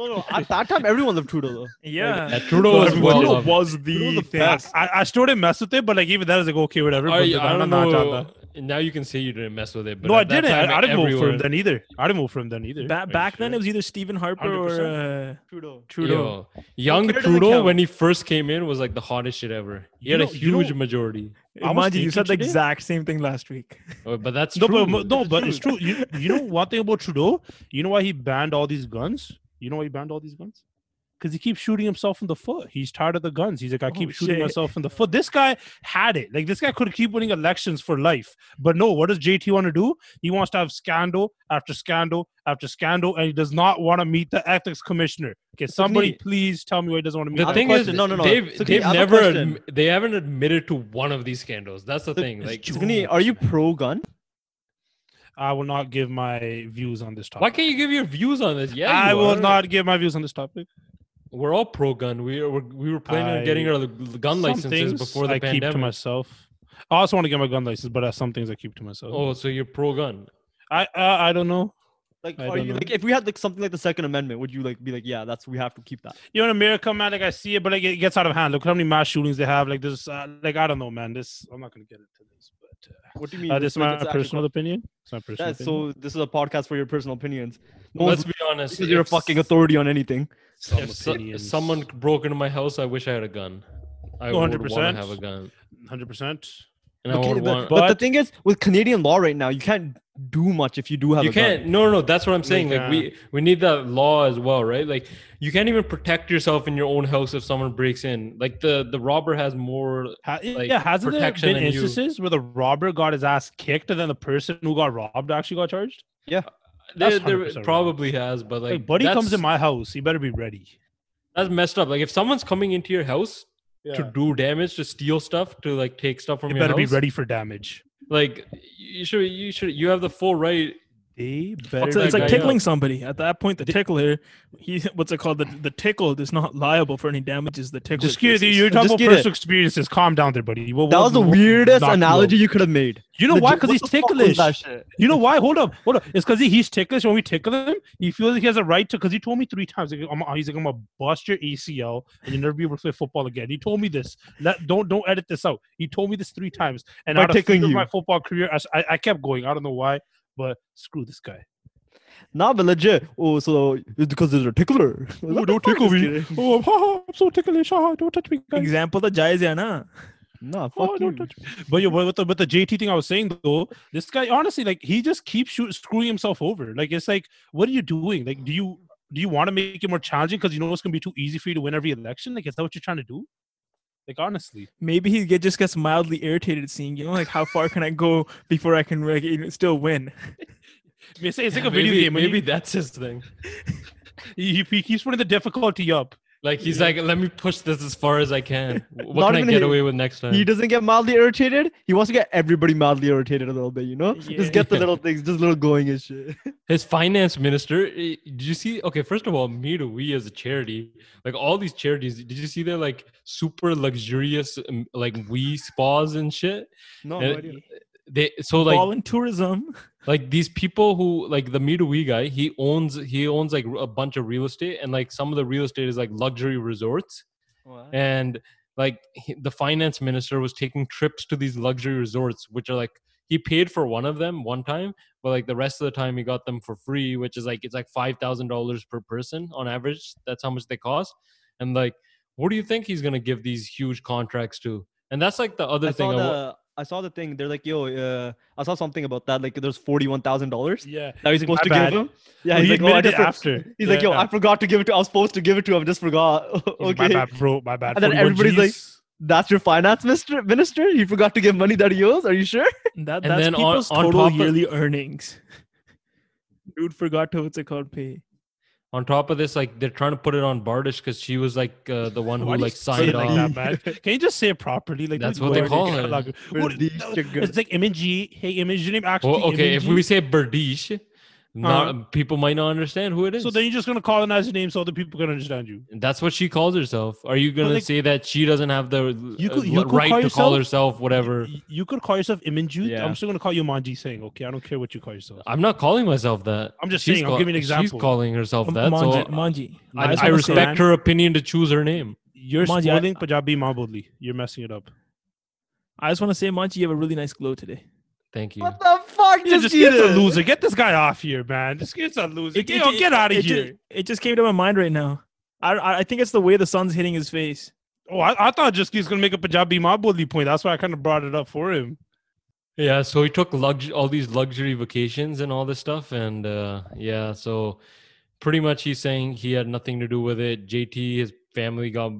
S3: no, at that time everyone loved Trudeau though.
S4: yeah.
S2: Yeah, Trudeau was
S1: Everyone
S2: well
S1: Trudeau
S2: loved.
S4: was
S3: Trudeau was the
S1: I, I still didn't mess with it, but like even that is like okay, whatever.
S2: I,
S1: but
S2: I
S1: I'm
S2: don't
S1: not
S2: know.
S1: chanda.
S2: And now you can say you didn't mess with it. But
S1: no, I
S2: at that
S1: didn't.
S2: time,
S1: I, I didn't vote for him
S2: everyone-
S1: then either. I didn't vote for him then either.
S4: Ba-
S2: you
S4: back then,
S2: sure?
S4: it was either Stephen Harper or uh,
S3: Trudeau.
S4: Trudeau.
S2: Yo, young
S3: Trudeau doesn't
S2: Trudeau
S3: count.
S2: when he first came in was like the hottest shit ever. He
S1: You
S2: had
S1: know-
S2: a
S1: you know-
S2: huge majority.
S1: I was
S4: Imagine you said the
S1: thinking today-
S4: exact same thing last week.
S2: Oh, But that's
S1: No,
S2: true.
S1: but mo- no,
S3: That's
S1: but
S3: true.
S1: it's true. You you know one thing about Trudeau? You know why he banned all these guns? You know why he banned all these guns? Because he keeps shooting himself in the foot. He's tired of the guns. He's like, I keep
S4: Oh,
S1: shooting
S4: shit.
S1: myself in the foot. This guy had it. Like this guy could keep winning elections for life. But no, what does JT want to do? He wants to have scandal after scandal after scandal, and he does not want to meet the ethics commissioner. Okay, somebody
S3: Sukni.
S1: please tell me why he doesn't want to meet.
S2: the
S1: the
S2: thing
S1: ethics
S2: is,
S3: question. No, no, no.
S2: they've,
S3: Sukhi,
S2: they've
S3: I have a
S2: never
S3: question.
S2: adm- they haven't admitted to one of these scandals. That's the thing. Like,
S3: Sukni, are you pro gun?
S1: commissioner. I will not give my views on this topic.
S2: why can't you give your views on this? Yeah,
S1: I
S2: you
S1: will
S2: are.
S1: not give my views on this topic.
S2: We're all pro gun. We were we were planning on getting
S1: I-
S2: our l- gun
S1: Some
S2: licenses
S1: things
S2: before the
S1: I keep to
S2: pandemic.
S1: myself. I also want to get my gun license, but that's some things I keep to myself.
S2: Oh, so you're pro gun?
S1: I I, I don't know.
S3: Like,
S1: I
S3: are
S1: don't
S3: you
S1: know.
S3: like if we had like something like the Second Amendment, would you like be like, yeah, that's we have to keep that?
S1: You know, in America, man, like I see it, but like it gets out of hand. Look how many mass shootings they have. Like this, uh, like I don't know, man. This I'm not gonna get into this, but
S3: What do you mean?
S1: uh, uh, this is
S3: like,
S1: my
S3: that's actually
S1: personal opinion. It's my personal.
S3: Yeah,
S1: opinion.
S3: so this is a podcast for your personal opinions. No
S2: Let's
S3: one's
S2: be honest.
S3: because you're a
S2: if
S3: fucking
S2: s-
S3: authority on anything.
S1: Some
S2: if, so- if
S1: opinions.
S2: someone broke into my house, I wish I had a gun. I would want to
S1: 100%.
S2: have a gun.
S1: hundred percent.
S2: And
S3: Okay,
S2: I would
S3: but,
S2: want.
S3: but the
S1: but-
S3: thing is, with Canadian law right now, you can't do much if you do have
S2: you
S3: a gun.
S2: can't. No, no, that's what I'm saying. Like
S1: uh,
S2: we we need that law as well, right? Like you can't even protect yourself in your own house if someone breaks in. Like the the robber has more.
S1: Ha-
S2: Like,
S1: yeah, hasn't there
S2: protection
S1: been
S2: and you-
S1: instances where the robber got his ass kicked and then the person who got robbed actually got charged? That's
S2: There, there
S1: 100% right.
S2: probably has, but
S1: Like,
S2: like
S1: buddy comes
S2: that's-
S1: in my house, he better be ready.
S2: that's messed up. Like if someone's coming into your house to do damage, to steal stuff, to like take stuff from
S1: You
S2: your
S1: better be
S2: house,
S1: ready for damage.
S2: like you should you should you have the full right.
S1: They better.
S4: It's, it's
S1: be
S4: like
S2: guy
S1: ready.
S4: tickling somebody. At that point, the tickler, he what's it called? The, the tickled is not liable for any damages. The tickler.
S1: Just kidding.
S4: faces.
S1: You're talking
S3: Just
S1: about
S3: get it.
S1: personal experiences. Calm down there, buddy. We'll-
S3: That
S1: we'll-
S3: was the
S1: we'll
S3: weirdest
S1: knock you
S3: analogy
S1: out.
S3: you could have made.
S1: You know
S3: The
S1: why?
S3: jo-
S1: Because
S3: what
S1: he's
S3: the fuck was
S1: ticklish.
S3: that shit?
S1: You know why? Hold up, hold up. It's because he, he's ticklish. When we tickle him, he feels like he has a right to. Because he told me three times, like, I'm, he's like, "I'm gonna bust your ACL and you'll never be able to play football again." He told me this. Let, don't don't edit this out. He told me this three times, and
S3: By
S1: out of fear
S3: tickling
S1: of
S3: you.
S1: my football career, I s- I, I kept going. I don't know why, but screw this guy.
S3: Nah, but legit. Oh, so it's because there's a tickler. What
S1: Oh,
S3: the
S1: don't
S3: fuck
S1: tickle
S3: is
S1: me.
S3: this?
S1: Oh, I'm, I'm so ticklish. Ha,
S3: Ah,
S1: ha, don't touch me, guys.
S4: Example the jais hai na.
S3: Nah, fuck
S1: Oh,
S3: you.
S1: don't touch But yeah, but with the, with the JT thing I was saying though, this guy honestly, like he just keeps shoot, screwing himself over. Like it's like, what are you doing? Like, do you do you want to make it more challenging because you know it's gonna be too easy for you to win every election? Like, is that what you're trying to do? Like honestly,
S4: Maybe he get, just gets mildly irritated seeing, you know, like how far can I go before I can like, even still win?
S1: it's, it's like
S2: Yeah,
S1: a video
S2: maybe,
S1: game. when
S2: Maybe
S1: you-
S2: that's his thing.
S1: he, he keeps putting the difficulty up.
S2: Like he's like, let me push this as far as I can.
S3: Not
S2: What can I
S3: even
S2: get
S3: he-
S2: away with next time?
S3: He doesn't get mildly irritated. He wants to get everybody mildly irritated a little bit, you know?
S4: Yeah.
S3: Just get the little things, just little going and shit.
S2: his finance minister. eh, Did you see? Okay, first of all, me to we as a charity, like all these charities. Did you see their like super luxurious um, like we spas and shit?
S3: No,
S2: no
S3: no
S2: Uh,
S3: idea.
S2: idea. They so like
S4: Ball in tourism.
S2: like these people who like the Midui guy, he owns he owns like a bunch of real estate, and like some of the real estate is like luxury resorts, and like he- the finance minister was taking trips to these luxury resorts, which are like he paid for one of them one time, but like the rest of the time he got them for free, which is like it's like five thousand dollars per person on average. That's how much they cost, and like what do you think he's gonna give these huge contracts to? And that's like the other
S3: I
S2: thing.
S3: saw
S2: I wa-
S3: the I saw the thing. They're like, yo, uh, I saw something about that. Like, there's forty-one thousand dollars
S1: Yeah,
S3: that he's
S1: He's like,
S3: supposed to
S1: "My bad."
S3: give him. Yeah,
S1: he
S3: he's like, oh, I
S1: admitted
S3: just
S1: it
S3: for-
S1: after.
S3: He's like, yo,
S1: Yeah.
S3: I forgot to give it to. I was supposed to give it to him. Just forgot.
S1: He's like, my
S3: okay,
S1: bad, bro. My bad.
S3: And then
S1: 41
S3: everybody's like-
S1: Gs.
S3: that's your finance minister. Minister, he forgot to give money that he owes. Are you sure?
S4: That,
S2: And
S4: that's
S2: then on-
S4: people's
S2: on
S4: total
S2: top of-
S4: yearly earnings. Dude forgot to what's it called pay.
S2: on top of this, like they're trying to put it on Bardish because she was like uh, the one
S1: Why do
S2: who
S1: you
S2: like
S1: say
S2: signed
S1: it like
S2: off.
S1: that, man? Can you just say it properly? Like
S2: That's
S1: these
S2: what they
S1: words,
S2: call
S1: can't
S2: it.
S1: lock- What-
S3: Verdish
S1: no,
S3: chicken.
S1: It's like MNG. Hey, MNG name actually.
S2: Well, okay, if
S1: MNG.
S2: we say Bardish, not
S3: Uh-huh.
S2: people might not understand who it is.
S1: so then you're just gonna colonize the name so other people can understand you.
S2: that's what she calls herself. Are you gonna
S1: like-
S2: say that she doesn't have the
S1: You
S2: uh,
S1: could- you
S2: l-
S1: could
S2: right
S1: call
S2: to call
S1: yourself-
S2: herself whatever?
S1: Y- You could call yourself Imanju.
S2: Yeah.
S1: I'm still gonna call you Manji Singh. Okay, I don't care what you call yourself.
S2: I'm not calling myself that.
S1: I'm just
S2: She's
S1: saying, I'll
S2: call-
S1: give you an
S2: She's
S1: example.
S2: calling herself
S4: Um,
S2: that.
S4: Manji,
S2: so
S4: Manji.
S2: I,
S1: just
S2: I
S1: wanna say-
S2: respect her opinion to choose her name.
S1: You're
S4: Manji, I-
S1: spoiling Punjabi Maabodli. You're messing it up.
S4: I just want to say, Manji, you have a really nice glow today.
S2: Thank you.
S3: What the fuck?
S1: Yeah, just
S3: Just
S1: get a loser. Get this guy off here, man. Just get a loser.
S4: It-
S1: get,
S4: it-
S1: oh, get out of
S4: it
S1: here.
S4: Just, it just came to my mind right now. I, I I think it's the way the sun's hitting his face.
S1: oh, I, I thought just he's gonna make a Punjabi Maboli point. That's why I kind of brought it up for him.
S2: Yeah, so he took lux- all these luxury vacations and all this stuff, and uh, yeah, so pretty much he's saying he had nothing to do with it. JT, his family got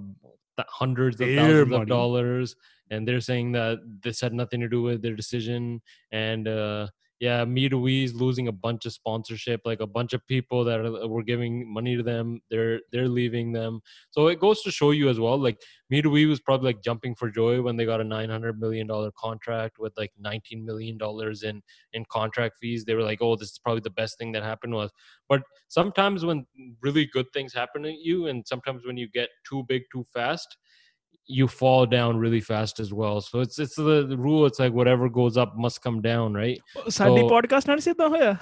S2: th- hundreds of
S1: Their
S2: thousands
S1: money.
S2: of dollars, and they're saying that this had nothing to do with their decision. And uh, yeah, Midwee's losing a bunch of sponsorship, like a bunch of people that are, were giving money to them, they're they're leaving them. So it goes to show you as well, like. Midwee was probably like jumping for joy when they got a nine hundred million dollar contract with like nineteen million dollars in in contract fees. They were like, "Oh, this is probably the best thing that happened to us." But sometimes when really good things happen to you, and sometimes when you get too big too fast, you fall down really fast as well. So it's it's the, the rule. It's like whatever goes up must come down, right?
S4: ਸਾਡੀ
S2: So-
S4: podcast ਨਾਲ ਸਿੱਧਾ ਹੋਇਆ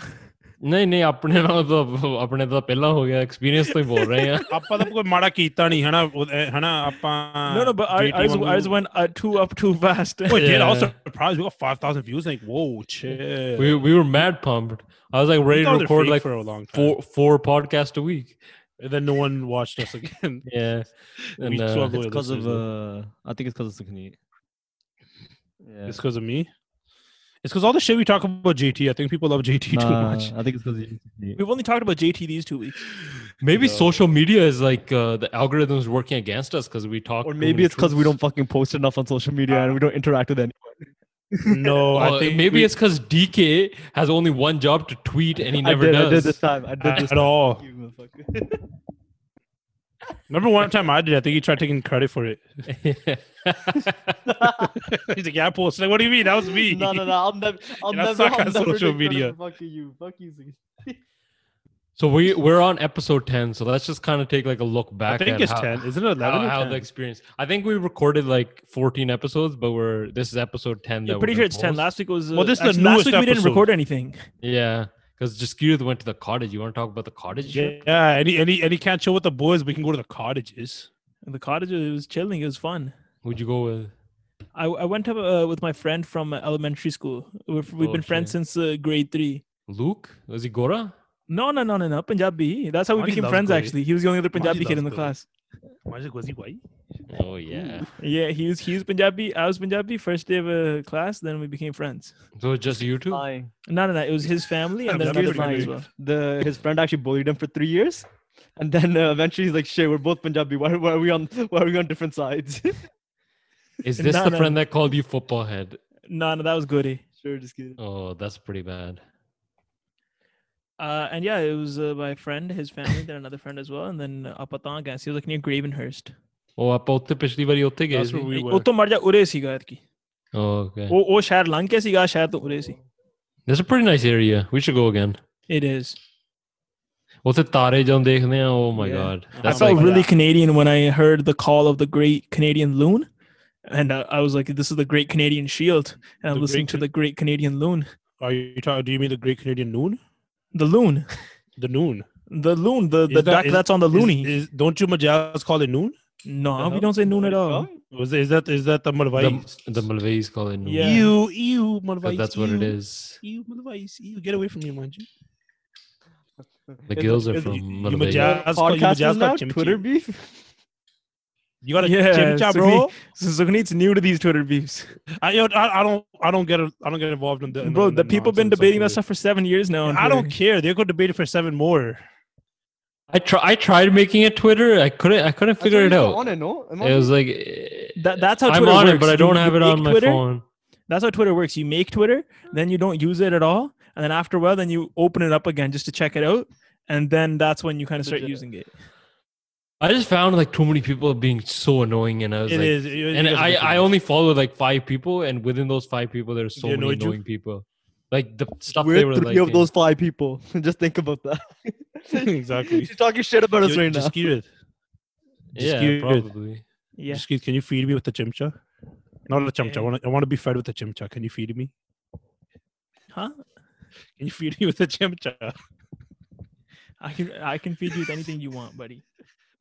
S2: ਨਹੀਂ ਨਹੀਂ ਆਪਣੇ ਨਾਲ ਤਾਂ ਆਪਣੇ ਤਾਂ ਪਹਿਲਾਂ ਹੋ ਗਿਆ ਐਕਸਪੀਰੀਅੰਸ ਤੋਂ ਹੀ ਬੋਲ ਰਹੇ ਹਾਂ
S1: ਆਪਾਂ ਤਾਂ ਕੋਈ ਮਾੜਾ ਕੀਤਾ ਨਹੀਂ ਹਨਾ ਉਹ- ਇਹ- ਹਨਾ ਆਪਾਂ
S4: No, no, but our,
S1: JT
S4: ours,
S1: ਵਾਂਗੂ-
S4: ours went uh, too up too fast.
S1: Oh, it did. I was
S2: Yeah.
S1: surprised. We got 5,000 views. Like, whoa, chill.
S2: we we were mad pumped. I was like ready to
S1: thought they're
S2: record
S1: fake
S2: like
S1: for a long time.
S2: four four podcasts a week.
S1: And then no one watched us again.
S2: Yeah.
S1: we
S2: And,
S1: saw
S2: uh,
S3: It's
S1: loyal
S3: because of
S1: listeners, though.
S3: uh, I think it's because of Sukhni. Yeah.
S1: It's because of me. It's because all the shit we talk about JT. I think people love JT too
S3: Nah,
S1: much.
S3: I think it's because of Sukhni.
S4: We've only talked about JT these two weeks.
S2: maybe
S1: No.
S2: social media is like uh, the algorithm is working against us because we talk.
S3: Or
S2: too
S3: maybe
S2: many
S3: it's because we don't
S2: truths.
S3: fucking post enough on social media and we don't interact with anyone.
S1: No,
S2: Or
S1: I think
S2: maybe
S1: we-
S2: it's because DK has only one job to tweet and he never
S3: I did, I did
S2: does.
S3: this time. I did this
S1: at all.
S3: time.
S1: Remember one time I did. I think he tried taking credit for it. He's like, yeah, I posted. Like, what do you mean? That was me.
S3: no, no, no. I'll never. I'll
S1: Yeah,
S3: never.
S1: suck
S3: I'll
S1: on
S3: never
S1: social
S3: take credit
S1: media.
S3: for Fuck you. Fuck you. Sukhni.
S2: so we we're on episode ten. So let's just kind of take like a look
S1: I
S2: back.
S1: think
S2: at
S1: it's
S2: how,
S1: 10. Isn't it 11?
S2: How,
S1: or
S2: how
S1: 10?
S2: the experience? I think we recorded like fourteen episodes, but we're this is episode ten.
S4: Yeah,
S2: that
S4: pretty
S2: we're
S4: sure
S2: gonna
S4: it's ten.
S2: post.
S4: Last week was. Uh,
S1: Well, this is the
S4: actually, last
S1: newest
S4: week we didn't
S1: episode.
S4: record anything.
S2: Yeah, because Jaskirith went to the cottage. You want to talk about the cottage?
S1: yeah, and he, and, he, and he can't chill with the boys. We can go to the cottages.
S4: The cottage it was chilling. It was fun.
S2: Would you go with?
S4: I, I went up uh, with my friend from uh, elementary school. We've, we've been friends
S2: Okay.
S4: since uh, grade three.
S2: Luke? Was he Gora?
S4: No, no, no, no, no. Punjabi. That's how we
S1: Mani
S4: became
S1: loves
S4: friends.
S1: Gori.
S4: Actually, he was the only other
S1: Mani
S4: Punjabi kid
S1: loves
S4: in the
S1: Gori.
S4: class.
S1: Why is it was he white?
S2: Oh yeah.
S4: Yeah, he was he was Punjabi. I was Punjabi. First day of uh, class, then we became friends.
S2: So it's just you two?
S3: Lying.
S4: No, no, no. It was his family and then
S1: That's
S4: another
S1: pretty
S4: family as
S1: good.
S4: well.
S3: The his friend actually bullied him for three years, and then uh, eventually he's like, "Shit, we're both Punjabi. Why, why are we on? Why are we on different sides?"
S2: Is this
S4: No,
S2: the
S4: no,
S2: friend that called you football head?
S4: No, no, that was Goody.
S3: sure, just kidding.
S2: Oh, that's pretty bad.
S4: Uh, and yeah, it was uh, my friend, his family, then another friend as well, and then uh, Apatang guys. He was like near Gravenhurst.
S2: Oh, ਆਪਾਂ ਉੱਥੇ ਪਿਛਲੀ ਵਾਰੀ ਉੱਥੇ ਗਏ
S1: That's where
S2: C
S1: we were.
S4: ਉਤੋਂ ਮਰ ਜਾ ਉਰੇ ਸੀਗਾ ਐਤਕੀ
S2: Oh, okay.
S4: ਉਹ ਉਹ ਸ਼ਹਿਰ ਲੰਘ ਕੇ ਸੀਗਾ ਸ਼ਹਿਰ ਤੋਂ ਉਰੇ ਸੀ
S2: That's a pretty nice area. We should go again.
S4: It is.
S2: ਉੱਥੇ ਤਾਰੇ ਜਦੋਂ ਦੇਖਦੇ ਆ, oh my
S3: Yeah.
S2: god.
S4: I
S1: That's
S2: That's
S4: felt
S2: like
S1: really-
S4: really Canadian when I heard the call of the Great Canadian Loon, and uh, I was like, "This is the Great Canadian Shield," and I'm
S1: The
S4: listening
S1: Great
S4: to
S1: Can-
S4: the Great Canadian Loon.
S1: Are you talking? Do you mean the Great Canadian Noon?
S4: The loon,
S1: The Noon.
S4: the loon, the, the
S1: Is that-
S4: duck
S1: is-
S4: that's on the
S1: Is-
S4: loony.
S1: Is, don't you Majals call it Noon?
S4: no,
S3: The
S4: we don't say
S3: hell?
S4: noon at
S3: Where'd it
S4: all.
S3: come?
S1: Was is that is that the Malvais?
S2: the, the Malvais call it. Noon.
S4: Yeah.
S1: Ew, ew,
S2: But
S1: Malvais.
S2: that's what it
S1: ew,
S2: is.
S1: Ew, Malvais. Ew, get away from me, man.
S2: The
S3: It's-
S2: gills are
S3: it's-
S2: from
S1: you- you
S2: Malvais.
S1: Majaz- That's called- you
S3: Podcast
S1: just
S3: is
S1: got
S3: now
S1: chimchi.
S3: Twitter beef.
S1: You got a
S4: Yeah,
S1: chimcha,
S4: so
S1: bro.
S4: So Sukhneet's new to these Twitter beefs,
S1: I, yo, I I don't I don't get I don't get involved in the in
S4: bro.
S1: in
S4: the people been
S1: nonsense on
S4: debating
S1: Twitter.
S4: that stuff for seven years now. on
S1: I don't
S4: Twitter.
S1: care. They're going to debate it for seven more.
S2: I try. I tried making it Twitter. I couldn't. I couldn't
S3: I
S2: figure
S3: thought
S2: it
S3: you were
S2: out.
S3: On it, no? Am I
S2: It was
S3: on
S2: like
S4: That, that's how
S2: I'm
S4: Twitter
S2: on
S4: works.
S2: it, but I
S4: You-
S2: don't
S4: you
S2: have it
S4: make
S2: on my
S4: Twitter,
S2: phone.
S4: That's how Twitter works. You make Twitter, then you don't use it at all, and then after a while, then you open it up again just to check it out, and then that's when you kind of start
S3: Legit.
S4: using it.
S2: I just found like too many people being so annoying, and I was
S1: It
S2: like,
S1: is. you- you
S2: and
S1: guys are
S2: I, I
S1: ridiculous.
S2: only follow like five people, and within those five people, there's so
S1: They
S2: many
S1: annoyed you?
S2: annoying people. Like the stuff
S3: We're
S2: they were
S3: three
S2: like.
S3: of those five people. Just think about that.
S1: Exactly.
S3: She's talking shit about us
S1: Yo,
S3: right now.
S1: Just keep it.
S2: yeah,
S1: skewed.
S2: probably.
S4: Yeah.
S1: Just keep- can you feed me with the chimcha? Not a chimcha.
S4: Yeah.
S1: I want to, I want to be fed with a chimcha. Can you feed me?
S4: Huh?
S1: Can you feed me with a chimcha?
S4: I can I can feed you with anything you want, buddy.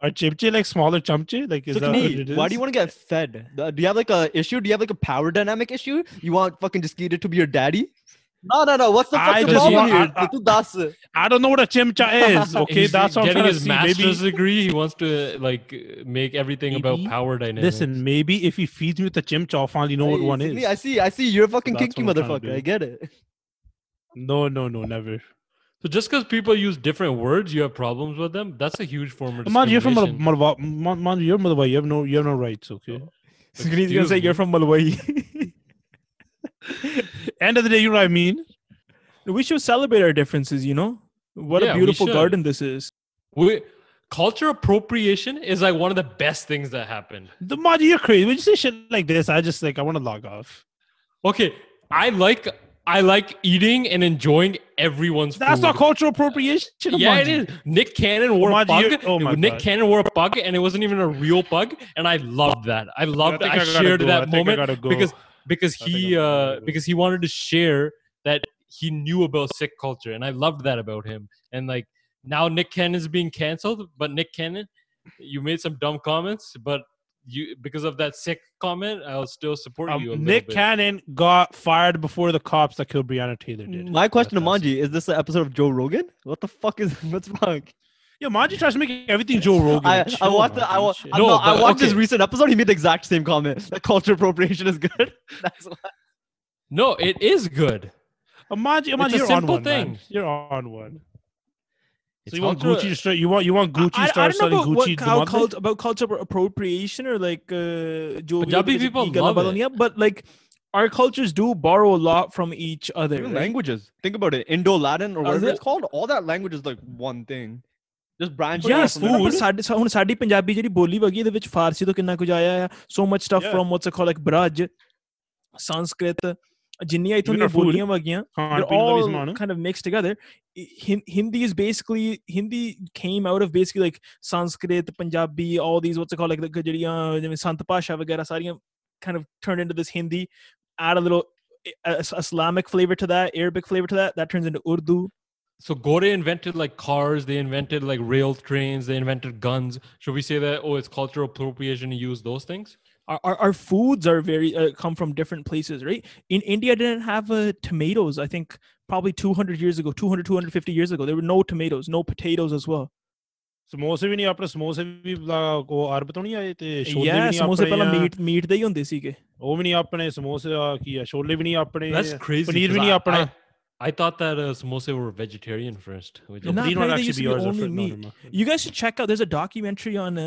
S1: Are chimche like smaller chumche? Like is that what
S3: Sukni,
S1: it is?
S3: why do you want to get fed? The- Do you have like a issue? Do you have like a power dynamic issue? You want fucking Jaskita to be your daddy? No, no, no. What's the
S1: I
S3: fucking
S2: just
S3: problem
S1: want-
S3: here?
S1: I- I-
S3: Dutu das.
S1: I don't know what a chimcha is. Okay,
S2: He's
S1: that's what I'm
S2: getting
S1: trying to
S2: his
S1: see. Maybe
S2: master's degree. He wants to like make everything about
S1: Maybe.
S2: power dynamics.
S1: listen. Maybe if he feeds me with a chimcha, I'll finally know what
S3: Hey,
S1: one
S3: Sukni,
S1: is.
S3: I see. I see. You're a fucking
S1: That's
S3: kinky
S1: what I'm trying to
S3: motherfucker.
S1: do.
S3: I get it.
S1: No, no, no, never.
S2: So just because people use different words, you have problems with them. That's a huge form of
S1: Man, you're from Mal-
S2: discrimination.
S1: Malwa. Man, man, you're Malwa. You have no, you have no rights. Okay.
S4: He's gonna say
S2: Excuse
S4: you're
S2: me.
S4: from Malawi.
S1: End of the day, you know what I mean.
S4: we should celebrate our differences. You know what
S2: Yeah,
S4: a
S2: we
S4: beautiful
S2: should.
S4: garden this is.
S2: We, culture appropriation is like one of the best things that happened.
S1: The man, you're crazy. When you say shit like this, I just like I want to log off.
S2: Okay, I like I like eating and enjoying everyone's.
S1: That's
S2: food.
S1: not cultural appropriation.
S2: Yeah, it
S1: Manji.
S2: is. Nick Cannon wore a
S1: Manji,
S2: bug.
S1: you're- oh my
S2: Nick
S1: God.
S2: Cannon wore a bug, and it wasn't even a real bug. And I loved that. I loved.
S1: think
S2: I,
S1: I gotta
S2: shared
S1: go. I
S2: that
S1: think I
S2: moment
S1: gotta go.
S2: because because
S1: I think
S2: he
S1: I'm gonna
S2: uh,
S1: go.
S2: because he wanted to share that he knew about sick culture, and I loved that about him. And like now, Nick Cannon's being canceled, but Nick Cannon, you made some dumb comments, but you because of that sick comment, I'll still support
S1: Um,
S2: you. A little
S1: Nick
S2: bit.
S1: Cannon got fired before the cops that killed Breonna Taylor did.
S3: My question to
S1: That's awesome.
S3: Manji is this an episode of Joe Rogan? What the fuck is what's wrong?
S1: Yo, Manji tries to make everything Joe Rogan.
S3: I, I
S1: Chill,
S3: watched the, I,
S1: Manji,
S3: wa-
S1: chill.
S3: I,
S2: No,
S3: no, I
S2: but-
S3: watched his
S2: okay.
S3: recent episode. He made the exact same comment that culture appropriation is good. That's why.
S2: No, it is good.
S1: Imagine,
S2: It's a
S1: imagine you're on
S2: simple
S1: one, man.
S2: thing.
S1: You're on one.
S2: It's
S1: So you want
S2: ultra-
S1: Gucci to start? You want you want Gucci to
S4: I, I
S1: start
S4: don't know
S1: selling
S4: about what
S1: Gucci the
S4: how
S1: month?
S4: cult, about culture appropriation or like uh, jo bhi
S2: Punjabi
S4: log
S2: people
S4: ki gala
S2: love
S4: badal
S2: it.
S4: nahi hai, but like our cultures do borrow a lot from each other.
S3: Even
S4: right?
S3: languages. Think about it. Indo Latin or
S4: Uh,
S3: whatever
S4: the-
S3: it's called. All that language is like one thing. Just branch
S4: Yeah,
S3: off from there.
S4: food. ਸਾਡੀ ਸਾ- ਹੁਣ ਸਾਡੀ ਪੰਜਾਬੀ ਜਿਹੜੀ ਬੋਲੀ ਵਗੀ ਇਹਦੇ ਵਿੱਚ ਫਾਰਸੀ ਤੋਂ ਕਿੰਨਾ ਕੁਝ ਆਇਆ ਹੈ so much stuff
S1: Yeah.
S4: From what's it call like Braj Sanskrit ਜਿੰਨੀਆਂ ਇਥੋਂ
S1: Even
S4: ਦੀਆਂ
S1: our food.
S4: ਬੋਲੀਆਂ ਵਗੀਆਂ
S1: Khan,
S4: they're
S1: people love his
S4: all
S1: man, huh?
S4: kind of mixed together. I- Hin- Hindi is basically Hindi came out of basically like Sanskrit, Punjabi, all these what's it called like the Gujariya, Sant Pasha vagara, sariyan kind of turned into this Hindi. Add a little I- a- a- Islamic flavor to that, Arabic flavor to that. That turns into Urdu.
S2: So Gore invented like cars, they invented like rail trains, they invented guns. Should we say that oh it's cultural appropriation to use those things?
S4: Our, our, our foods are very uh, come from different places, right? In India, didn't have uh, tomatoes. I think probably 200 years ago, 200 250 years ago, there were no tomatoes, no potatoes as well.
S1: ਸਮੋਸੇ ਵੀ ਨਹੀਂ ਆਪਣੇ ਸਮੋਸੇ ਵੀ ਲਾ- ਉਹ ਅਰਬ ਤੋਂ ਨਹੀਂ ਆਏ ਤੇ ਛੋਲੇ ਵੀ
S4: Yeah,
S1: ਨਹੀਂ
S4: ਸਮੋਸੇ
S1: ਆਪਣੇ
S4: ਪਹਿਲਾਂ
S1: ਆ,
S4: ਮੀਟ ਮੀਟ ਦੇ ਹੀ ਹੁੰਦੇ ਸੀਗੇ।
S1: ਉਹ ਵੀ ਨਹੀਂ ਆਪਣੇ ਸਮੋਸੇ ਆ, ਕੀ ਆ ਛੋਲੇ ਵੀ ਨਹੀਂ ਆਪਣੇ
S2: That's crazy.
S1: paneer
S2: 'cause
S1: bhi nahi
S2: I,
S1: apna.
S2: I- I thought that uh, samosa were vegetarian first. which is-
S1: paneer
S4: Nah, apparently
S1: ਵਾਲਾ
S4: they
S1: actually
S4: used to
S1: be
S4: be
S1: ours or
S4: only
S1: no,
S4: meat.
S1: no, no.
S4: You guys should check out. There's a documentary on uh,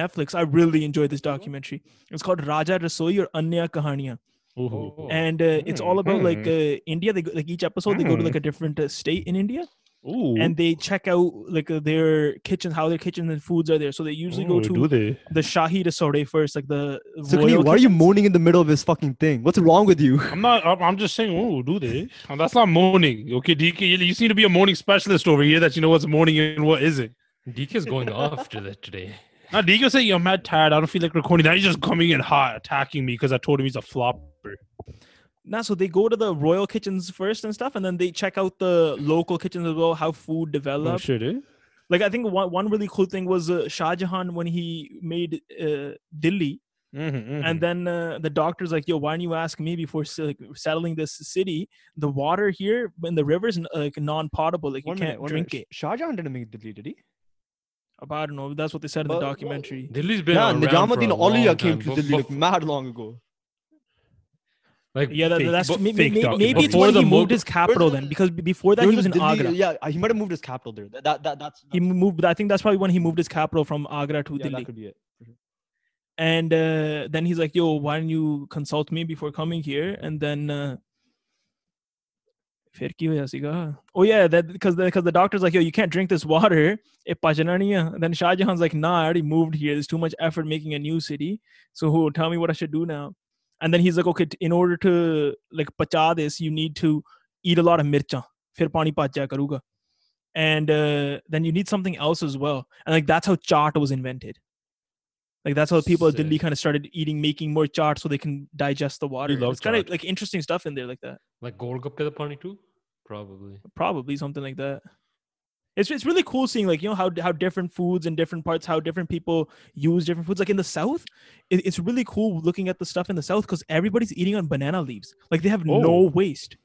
S4: Netflix. I really enjoyed this
S3: Mm-hmm.
S4: documentary. It's called Raja Rasoi or Anya Kahania,
S3: Oh.
S1: Ooh.
S4: and uh, it's all about
S3: Mm-hmm.
S4: like uh, India. They go, like each episode, they go to like a different uh, state in India,
S1: Ooh.
S4: and they check out like uh, their kitchens, how their kitchens and foods are there. So they usually
S1: Oh,
S4: go to
S1: do they?
S4: the Shahi Rasoi first, like the
S3: Sukni,
S4: royal
S3: why are you moaning in the middle of this fucking thing? What's wrong with you?
S1: I'm not. I'm- I'm just saying. Oh, do they? And that's not moaning. Okay, DK, you, you seem to be a moaning specialist over here. That you know what's moaning and what isn't.
S2: DK is going off to that today.
S1: Now DK say, "Yo, I'm mad tired. I don't feel like recording." Now he's just coming in hot, attacking me because I told him he's a flopper.
S4: Nah, so they go to the royal kitchens first and stuff, and then they check out the local kitchens as well, how food developed.
S1: shit, eh?
S4: Like I think one, one really cool thing was uh, Shah Jahan when he made uh, Delhi, and then uh, the doctor's like, "Yo, why don't you ask me before se- like, settling this city? The water here in the rivers n- like non-potable, like you can't drink
S3: it. Shah Jahan didn't make Delhi, did he?
S4: it." But I don't know. That's what they said in the
S3: Well, well,
S4: documentary.
S2: Delhi's been
S3: Yeah,
S2: around for a
S3: Nizamuddin Aulia
S2: long
S3: came
S2: time.
S3: to
S2: Bef-
S3: Delhi like
S2: bef-
S3: mad long ago.
S2: like
S4: yeah, that,
S1: fake-
S4: that's
S1: but
S4: maybe,
S1: fake
S4: maybe, maybe it's
S2: documentary.
S4: when
S2: Before
S4: he
S2: the
S4: moved
S2: Mughal-
S4: his capital
S3: Where's
S4: then,
S3: the-
S4: because b- before that
S3: There
S4: he
S3: was
S4: was
S3: a
S4: in
S3: Delhi-
S4: Agra.
S3: Yeah, uh, he might have moved his capital there. That, that, that that's
S4: He moved. I think that's probably when he moved his capital from Agra to
S3: yeah,
S4: Delhi.
S3: that could be it.
S4: and uh, then he's like, "Yo, why don't you consult me before coming here?" And then, uh, फिर की वजह से कहा, oh yeah, that because the, because the doctor's like, "Yo, you can't drink this water." It pachana nahi hai." Then Shah Jahan's like, "Nah, I already moved here. There's too much effort making a new city. So who tell me what I should do now?" And then he's like, "Okay, t- in order to like pacha this, you need to eat a lot of mircha. Fir pani pacha karuga." And uh, then you need something else as well. And like that's how chaat was invented. Like that's how people at Delhi
S2: Sick.
S4: kind of started eating, making more chaat so they can digest the water.
S1: love
S4: it's kind of
S1: chaat.
S4: like interesting stuff in there, like that.
S2: like Gorgappe the Pani too? Probably.
S4: Probably something like that. It's it's really cool seeing like you know how how different foods in different parts, how different people use different foods. Like in the South, it, it's really cool looking at the stuff in the South because everybody's eating on banana leaves. Like they have no
S1: Oh.
S4: waste.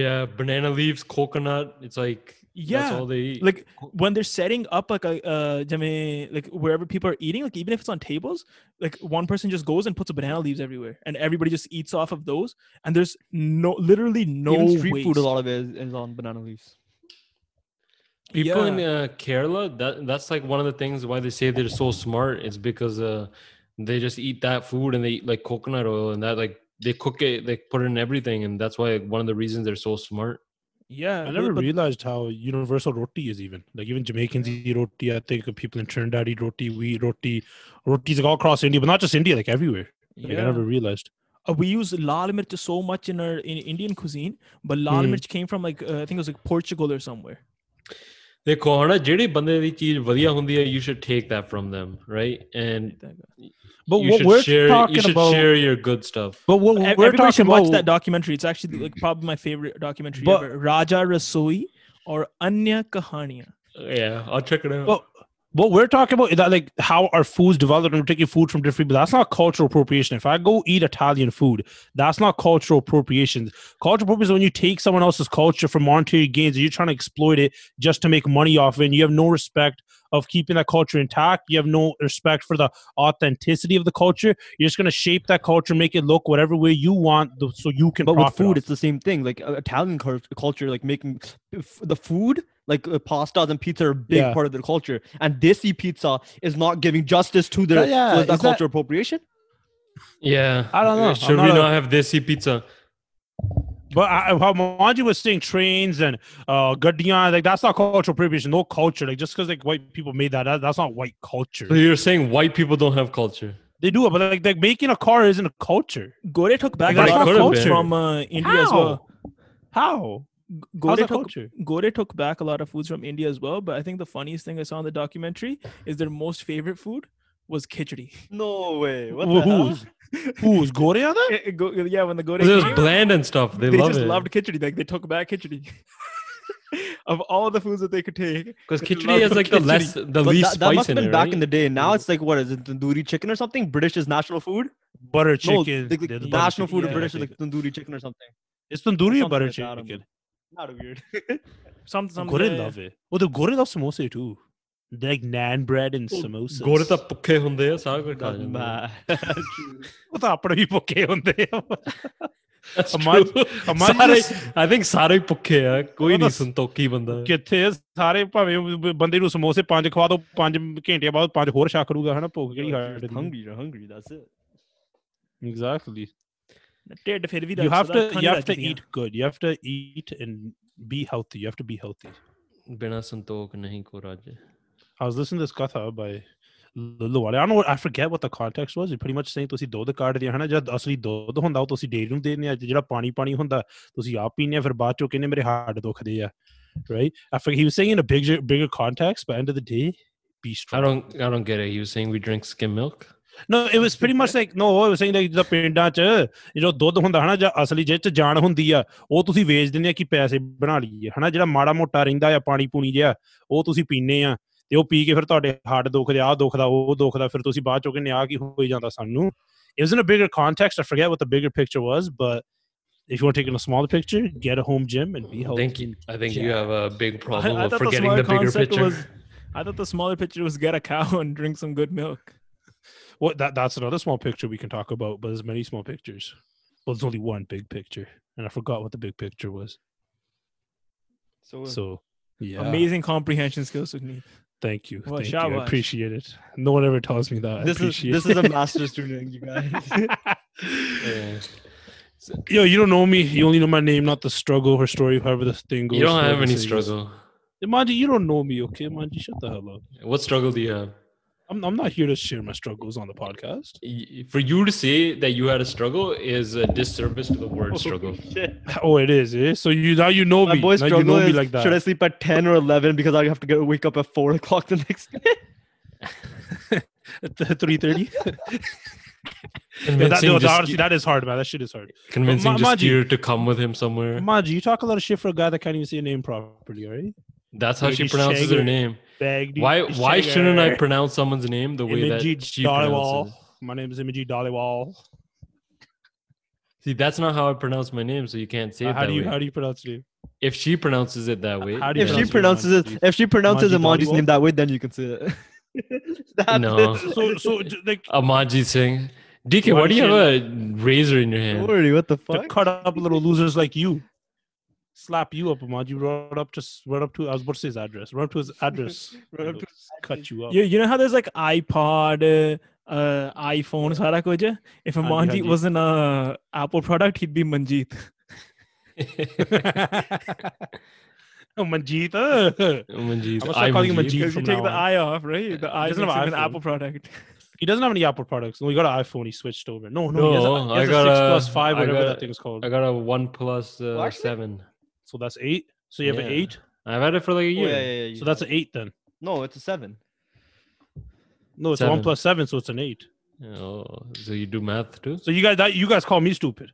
S2: Yeah, banana leaves, coconut. It's like that's
S4: Yeah.
S2: all they eat.
S4: Like when they're setting up like a uh jame- like wherever people are eating, like even if it's on tables, like one person just goes and puts a banana leaves everywhere, and everybody just eats off of those. And there's no literally no
S3: Even street
S4: waste.
S3: food, a lot of it is, is on banana leaves.
S2: People in
S4: Yeah.
S2: uh, Kerala, that that's like one of the things why they say they're so smart is because uh, they just eat that food and they eat like coconut oil and that like they cook it, they put it in everything, and that's why one of the reasons they're so smart.
S4: Yeah,
S1: I
S4: but-
S1: never
S4: but-
S1: realized how universal roti is even. Like even Jamaicans eat roti. I think people in Trinidad eat roti. We eat roti. Roti's like all across India, but not just India, like everywhere. Like I
S4: yeah.
S1: never realized.
S4: uh, we use lal mirch so much in our in Indian cuisine, but lal
S2: Hmm.
S4: mirch came from like uh, I think it was like Portugal or somewhere.
S2: ਦੇਖੋ ਹਨਾ ਜਿਹੜੇ ਬੰਦੇ ਦੀ ਚੀਜ਼ ਵਧੀਆ ਹੁੰਦੀ ਹੈ you should take that from them right and
S1: But
S2: you
S1: what
S2: should
S1: we're
S2: share you
S1: talking
S2: should
S1: about.
S2: share your good stuff
S1: but what
S4: E-
S1: we're
S4: Everybody
S1: talking
S4: should watch
S1: about.
S4: that documentary. It's actually like probably my favorite documentary
S1: But-
S4: ever. Raja Rasoi or Anya Kahania.
S2: yeah I'll check it out
S1: Well, what we're talking about is that like how our foods developed and we're taking food from different people. That's not cultural appropriation. If I go eat Italian food, that's not cultural appropriation. Cultural appropriation is when you take someone else's culture for monetary gains and you're trying to exploit it just to make money off it. And you have no respect of keeping that culture intact. You have no respect for the authenticity of the culture. You're just going to shape that culture, make it look whatever way you want th- so you can
S3: But with
S1: profit
S3: food,
S1: off
S3: it's the same thing. Like uh, Italian cul- culture, like making f- the food, like uh, pastas and pizza, are a big
S1: Yeah.
S3: part of their culture. And desi pizza is not giving justice to their.
S1: Yeah, yeah,
S3: so is that
S1: is that-
S3: culture appropriation?
S2: yeah
S1: I don't know. I'm
S2: should we
S1: not a-
S2: not have desi pizza
S1: But I, I- how Manji was saying trains and uh Gadian, like that's not cultural appropriation. No culture, like just because like white people made that, that- that's not white culture.
S2: so you're saying white people don't have culture
S1: They do it, but like, like making a car isn't a culture.
S4: Gore took back
S2: Like,
S4: a
S2: that's
S4: lot of
S2: not
S4: foods
S2: culture.
S4: from uh, India as well.
S1: How?
S4: Gore
S1: How's that
S4: took,
S1: culture?
S4: Gore took back a lot of foods from India as well. But I think the funniest thing I saw in the documentary is their most favorite food was khichdi.
S3: No way. What
S1: Who-
S3: the hell?
S1: who's who's Gore on that?
S4: Eh, eh, go- yeah, when the Gore
S2: 'Cause it was
S4: came,
S2: bland and stuff they,
S4: they,
S2: love
S4: just
S2: it
S4: loved khichdi. Like they took back khichdi. of all the foods that they could take,
S2: because
S4: they
S2: khichdi
S4: love
S2: is like the
S4: khichdi.
S2: less the
S3: But
S2: least
S3: that, that
S2: spice
S3: must have
S2: in
S3: been
S2: it
S3: back
S2: right?
S3: in the day. Now it's like what is it, tandoori chicken or something? British is national food.
S1: Butter
S3: No,
S1: chicken.
S3: like, like,
S1: They're the butter
S3: national
S1: chicken.
S3: food of
S1: Yeah,
S3: British
S1: I
S3: is like
S1: think.
S3: tandoori chicken or something.
S1: it's tandoori or
S3: something
S1: butter
S3: like that, I don't
S1: chicken.
S3: Not weird.
S4: some some
S1: Gore
S4: yeah, yeah.
S1: love it. Well, the Gore love samosa too. They're like naan bread
S3: Oh,
S1: and samosas.
S2: ਗੋਰੇ ਤਾਂ ਭੁੱਖੇ ਹੁੰਦੇ ਆ ਸਾਰਾ ਕੁਝ ਖਾ
S3: That's
S2: ਜਾਂਦੇ ਆ।
S3: mad.
S1: ਉਹ ਤਾਂ ਆਪਣੇ ਵੀ ਭੁੱਖੇ ਹੁੰਦੇ ਆ
S2: That's
S1: ਅਮਾਨ-
S2: true.
S1: ਅਮਾਨ ਜੀ
S2: ਸਾਰੇ
S1: ਦਾ ਸ-
S2: ਆਈ ਥਿੰਕ ਸਾਰੇ ਹੀ ਭੁੱਖੇ ਆ ਕੋਈ
S1: ਉਹਦਾ
S2: ਨਹੀਂ
S1: ਸ-
S2: ਸੰਤੋਖੀ ਬੰਦਾ
S1: ਕਿੱਥੇ ਸਾਰੇ ਭਾਵੇਂ ਬ- ਬੰਦੇ ਨੂੰ ਸਮੋਸੇ ਪੰਜ ਖਵਾ ਦੋ ਪੰਜ ਘੰਟੇ ਬਾਅਦ ਪੰਜ ਹੋਰ ਛਾ ਕਰੂਗਾ ਹਨਾ ਭੁੱਖ ਕਿਹੜੀ hard
S3: You're hungry. You're hungry. That's it.
S1: Exactly
S4: ਢਿੱਡ ਫਿਰ ਵੀ
S1: you
S4: ਦੱਸਦਾ,
S1: have to
S4: ਅੱਖਾਂ
S1: you
S4: ਨਹੀਂ
S1: have to
S4: ਰੱਜਦੀਆਂ।
S1: eat good you have to eat and be healthy you have to be healthy
S2: ਬਿਨਾ ਸੰਤੋਖ ਨਹੀਂ ਕੋ ਰਾਜ
S1: i was listening to this katha by Lulu Wale. I don't know what I forget what the context was. You're pretty much saying ਤੁਸੀਂ ਦੁੱਧ ਕੱਢਦੇ ਆ ਹਨਾ ਜਿਹੜਾ ਅਸਲੀ ਦੁੱਧ ਹੁੰਦਾ ਉਹ ਤੁਸੀਂ ਡੇਰੀ ਨੂੰ ਦੇਣੇ ਆ ਤੇ ਜਿਹੜਾ ਪਾਣੀ ਪਾਣੀ ਹੁੰਦਾ ਤੁਸੀਂ ਆਪ ਪੀਂਦੇ ਆ ਫਿਰ ਬਾਅਦ ਚੋਂ ਕਹਿੰਦੇ ਮੇਰੇ ਹਾਰਟ ਦੁਖਦੇ ਆ right I forget he was saying in a bigger bigger context but end of the day be
S2: I
S1: strong
S2: don't I don't get it. He was saying we drink skim milk.
S1: No, it was pretty much like no, I was saying like the ਪਿੰਡਾਂ 'ਚ ਜਿਹੜਾ ਦੁੱਧ ਹੁੰਦਾ ਹਨਾ ਜਾਂ ਅਸਲੀ ਜਿਹਦੇ 'ਚ ਜਾਨ ਹੁੰਦੀ ਆ ਉਹ ਤੁਸੀਂ ਵੇਚ ਦਿੰਦੇ ਆ ਕਿ ਪੈਸੇ ਬਣਾ ਲਈਏ ਹਨਾ ਜਿਹੜਾ ਮਾੜਾ ਮੋਟਾ ਰਹਿੰਦਾ ਆ ਪਾਣੀ ਪੂਣੀ ਜਿਹਾ ਉਹ ਤੁਸੀਂ ਪੀਂਦੇ ਆ ਤੇ ਉਹ ਪੀ ਕੇ ਫਿਰ ਤੁਹਾਡੇ ਹੱਡ ਦੁਖਦੇ ਆ ਦੁਖਦਾ ਉਹ ਦੁਖਦਾ ਫਿਰ ਤੁਸੀਂ ਬਾਅਦ ਚੋਂ ਕਹਿੰਦੇ ਆ ਕੀ ਹੋਈ ਜਾਂਦਾ ਸਾਨੂੰ it was in a bigger context i forget what the bigger picture was but if you want to take in a smaller picture get a home gym and be healthy
S2: Thank you. I think you have a big problem
S4: I, I
S2: of
S4: thought the
S2: forgetting the
S4: smaller
S2: bigger
S4: concept
S2: picture.
S4: was, I thought the smaller picture was get a cow and drink some good milk.
S1: well that, that's another small picture we can talk about but there's many small pictures well there's only one big picture and i forgot what the big picture was
S3: So,
S1: So yeah,
S4: Amazing comprehension skills with me.
S1: Thank you,
S4: Well,
S1: thank you. I
S4: shabash.
S1: appreciate it. No one ever tells me that. I
S3: this is
S1: appreciate
S3: this is a master student, you guys.
S1: it.
S2: Yeah.
S1: Yo, you don't know me. You only know my name, not the struggle or story, however the thing goes.
S2: You don't have
S1: however
S2: any
S1: it goes.
S2: struggle.
S1: Manji, you don't know me, okay? Manji, shut the hell up.
S2: What struggle do you have?
S1: I'm, I'm not here to share my struggles on the podcast.
S2: Y- For you to say that you had a struggle is a disservice to the word struggle.
S3: Shit.
S1: Oh, it is, eh? So you now you know
S3: My
S1: me.
S3: boy
S1: Now you
S3: struggle
S1: know me
S3: is,
S1: like that.
S3: should I sleep at 10 or 11 because I have to get wake up at 4 o'clock the next day?
S1: Three thirty. That,
S2: Convincing,
S1: no,
S2: just,
S1: honestly, that is hard, man. That shit is hard.
S2: convincing
S1: Ma-
S2: just
S1: Maji-
S2: you to come with him somewhere.
S1: Manji, you talk a lot of shit for a guy that can't even say your name properly, all right?
S2: That's how she
S1: Lady
S2: pronounces her
S1: Shagger.
S2: name.
S1: Bag, dude.
S2: Why why shouldn't I
S1: Shagger.
S2: pronounce someone's name the way that
S1: Imogene
S2: she
S1: Dollywall.
S2: pronounces?
S1: My name is Imogene Dollywall.
S2: See, that's not how I pronounce my name, so you can't say
S1: Uh,
S2: it
S1: how
S2: that
S1: do you
S2: way.
S1: how do you pronounce it?
S2: if she pronounces it that way,
S1: How do you
S3: If she
S1: pronounce it?
S3: pronounces it, if she pronounces
S1: Manji
S3: Amanji's
S1: Dhaliwal?
S3: name that way, then you can say it. That's
S2: No.
S3: it.
S1: So so j- like
S2: Amanji Singh. DK, why,
S1: Why
S2: do you
S1: she-
S2: have a razor in your
S3: Don't
S2: hand?
S3: worry, what the
S1: to
S3: fuck?
S1: cut up little losers like you. Slap you up, Ahmad. You run up just run up to I was about to say his address. Run up to his address.
S3: Run up to
S1: cut you up.
S4: You, you know how there's like iPod, uh, uh, iPhone, sara kuch hai? If
S1: Haan ji, haan
S4: Manjeet
S1: ji.
S4: wasn't a Apple product, he'd be Manjeet.
S1: oh, Manjeet. uh,
S2: Manjeet.
S1: I'm gonna start calling you
S2: Manjeet.
S1: Manjeet.
S4: Because you
S1: from
S4: take
S1: now
S4: the
S1: on.
S4: I off, right? The I
S1: He
S4: makes
S1: doesn't
S4: him
S1: have
S4: an
S1: iPhone.
S4: Apple product.
S1: He doesn't have any Apple products. No, he got an iPhone. He switched over. No, no, he has a,
S2: No,
S1: he
S2: I
S1: has a
S2: got
S1: six
S2: a-
S1: plus five,
S2: I
S1: whatever
S2: got
S1: that
S2: a-
S1: thing's called.
S2: I got a one plus uh,
S3: Well, actually-
S2: seven.
S1: So that's eight. So you have an
S2: Yeah.
S1: eight.
S2: I've had it for like a
S3: Oh,
S2: year.
S3: yeah, yeah, yeah,
S1: So that's an
S3: a,
S1: eight then.
S3: no, it's a seven.
S1: No, it's a
S2: Seven.
S1: one plus seven, so it's an eight.
S2: Oh, so you do math too?
S1: So you guys, that, you guys call me stupid.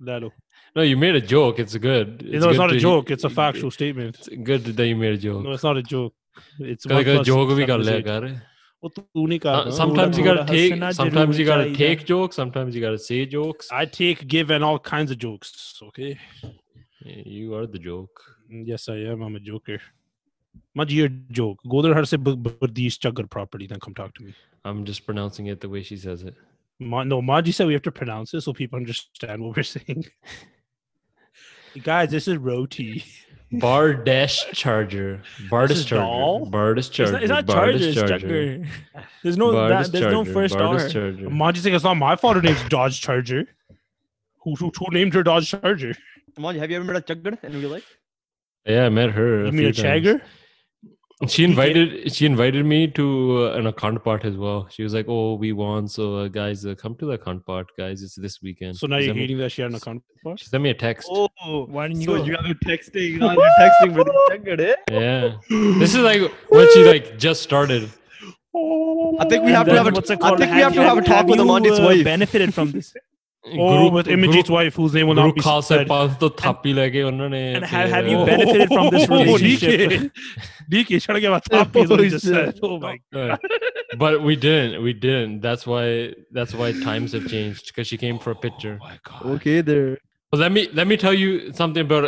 S1: Lalo.
S2: No, you made a joke. It's good.
S1: You know,
S2: good
S1: it's not
S2: to-
S1: a joke. It's a
S2: it-
S1: factual statement.
S2: It's good that you made a joke.
S1: No, it's not a joke. It's
S2: Because
S1: one
S2: like a
S1: plus
S2: joke we got
S1: seven is
S2: leg,
S1: eight.
S2: got it?
S1: वो तो तूने कहा
S2: Uh,
S1: था।
S2: Sometimes you
S4: थोड़ा
S2: gotta take.
S4: हंसना
S2: Sometimes you
S4: जरूर
S2: gotta
S4: चाहिए।
S2: take jokes. Sometimes you gotta say jokes.
S1: I take, give, and all kinds of jokes. Okay. Mm,
S2: You are the joke.
S1: Yes, I am. I'm a joker. Maj, you're a joke. Go there, her say, but but these chugger properly. Then come talk to me.
S2: I'm just pronouncing it the way she says it.
S1: Ma, no, Maji said we have to pronounce it so people understand what we're saying. Guys, this is roti.
S2: Bardesh charger. Bardish
S1: is
S2: charger.
S1: doll?
S2: Bardish
S4: It's
S2: charger.
S4: not, it's not
S2: Bardish
S4: Charger, it's Chucker. There's no,
S2: Bardish
S4: that, there's no
S2: charger,
S4: first
S2: Bardish
S4: R.
S2: charger.
S1: Maji saying it's not my fault. Her name's Dodge Charger. Who, who, who named her Dodge Charger?
S3: Amanji, have you ever met a chugger in real life?
S2: Yeah, I met her.
S1: You
S2: a
S1: mean a
S2: few times.
S1: Chagger?
S2: She invited. She invited me to uh, an account part as well. She was like, "Oh, we won, so uh, guys, uh, come to the account part, guys. It's this weekend."
S1: So now
S2: She
S1: you're
S2: sent me-
S1: hating that she had an account. for?
S2: She sent me a text.
S3: Oh,
S4: Why didn't you
S3: so
S4: go?
S3: you guys are texting, you guys are texting with a chugger, eh?
S2: Yeah, this is like when she like just started.
S3: I think we
S4: And
S3: have to
S4: then
S3: have a.
S4: what's it
S3: I
S4: called?
S3: think we have to have a talk with
S4: you,
S3: Amanji's
S4: uh,
S3: wife.
S4: benefited from this.
S1: Oh, with Imogit's wife, whose name will
S2: group
S1: not be
S2: call से
S1: said.
S2: पांच तो थापी लगे उन्होंने
S4: And
S2: फिर-
S4: have- have you
S2: Oh,
S4: been- benefited from this
S1: Oh,
S4: relationship.
S1: DK. DK, should I give a top is what he
S3: Oh,
S1: just
S3: shit.
S1: said. Oh my
S2: uh, but we didn't. We didn't. That's why. That's why times have changed because she came for a picture.
S3: Okay, there.
S2: But let me let me tell you something about.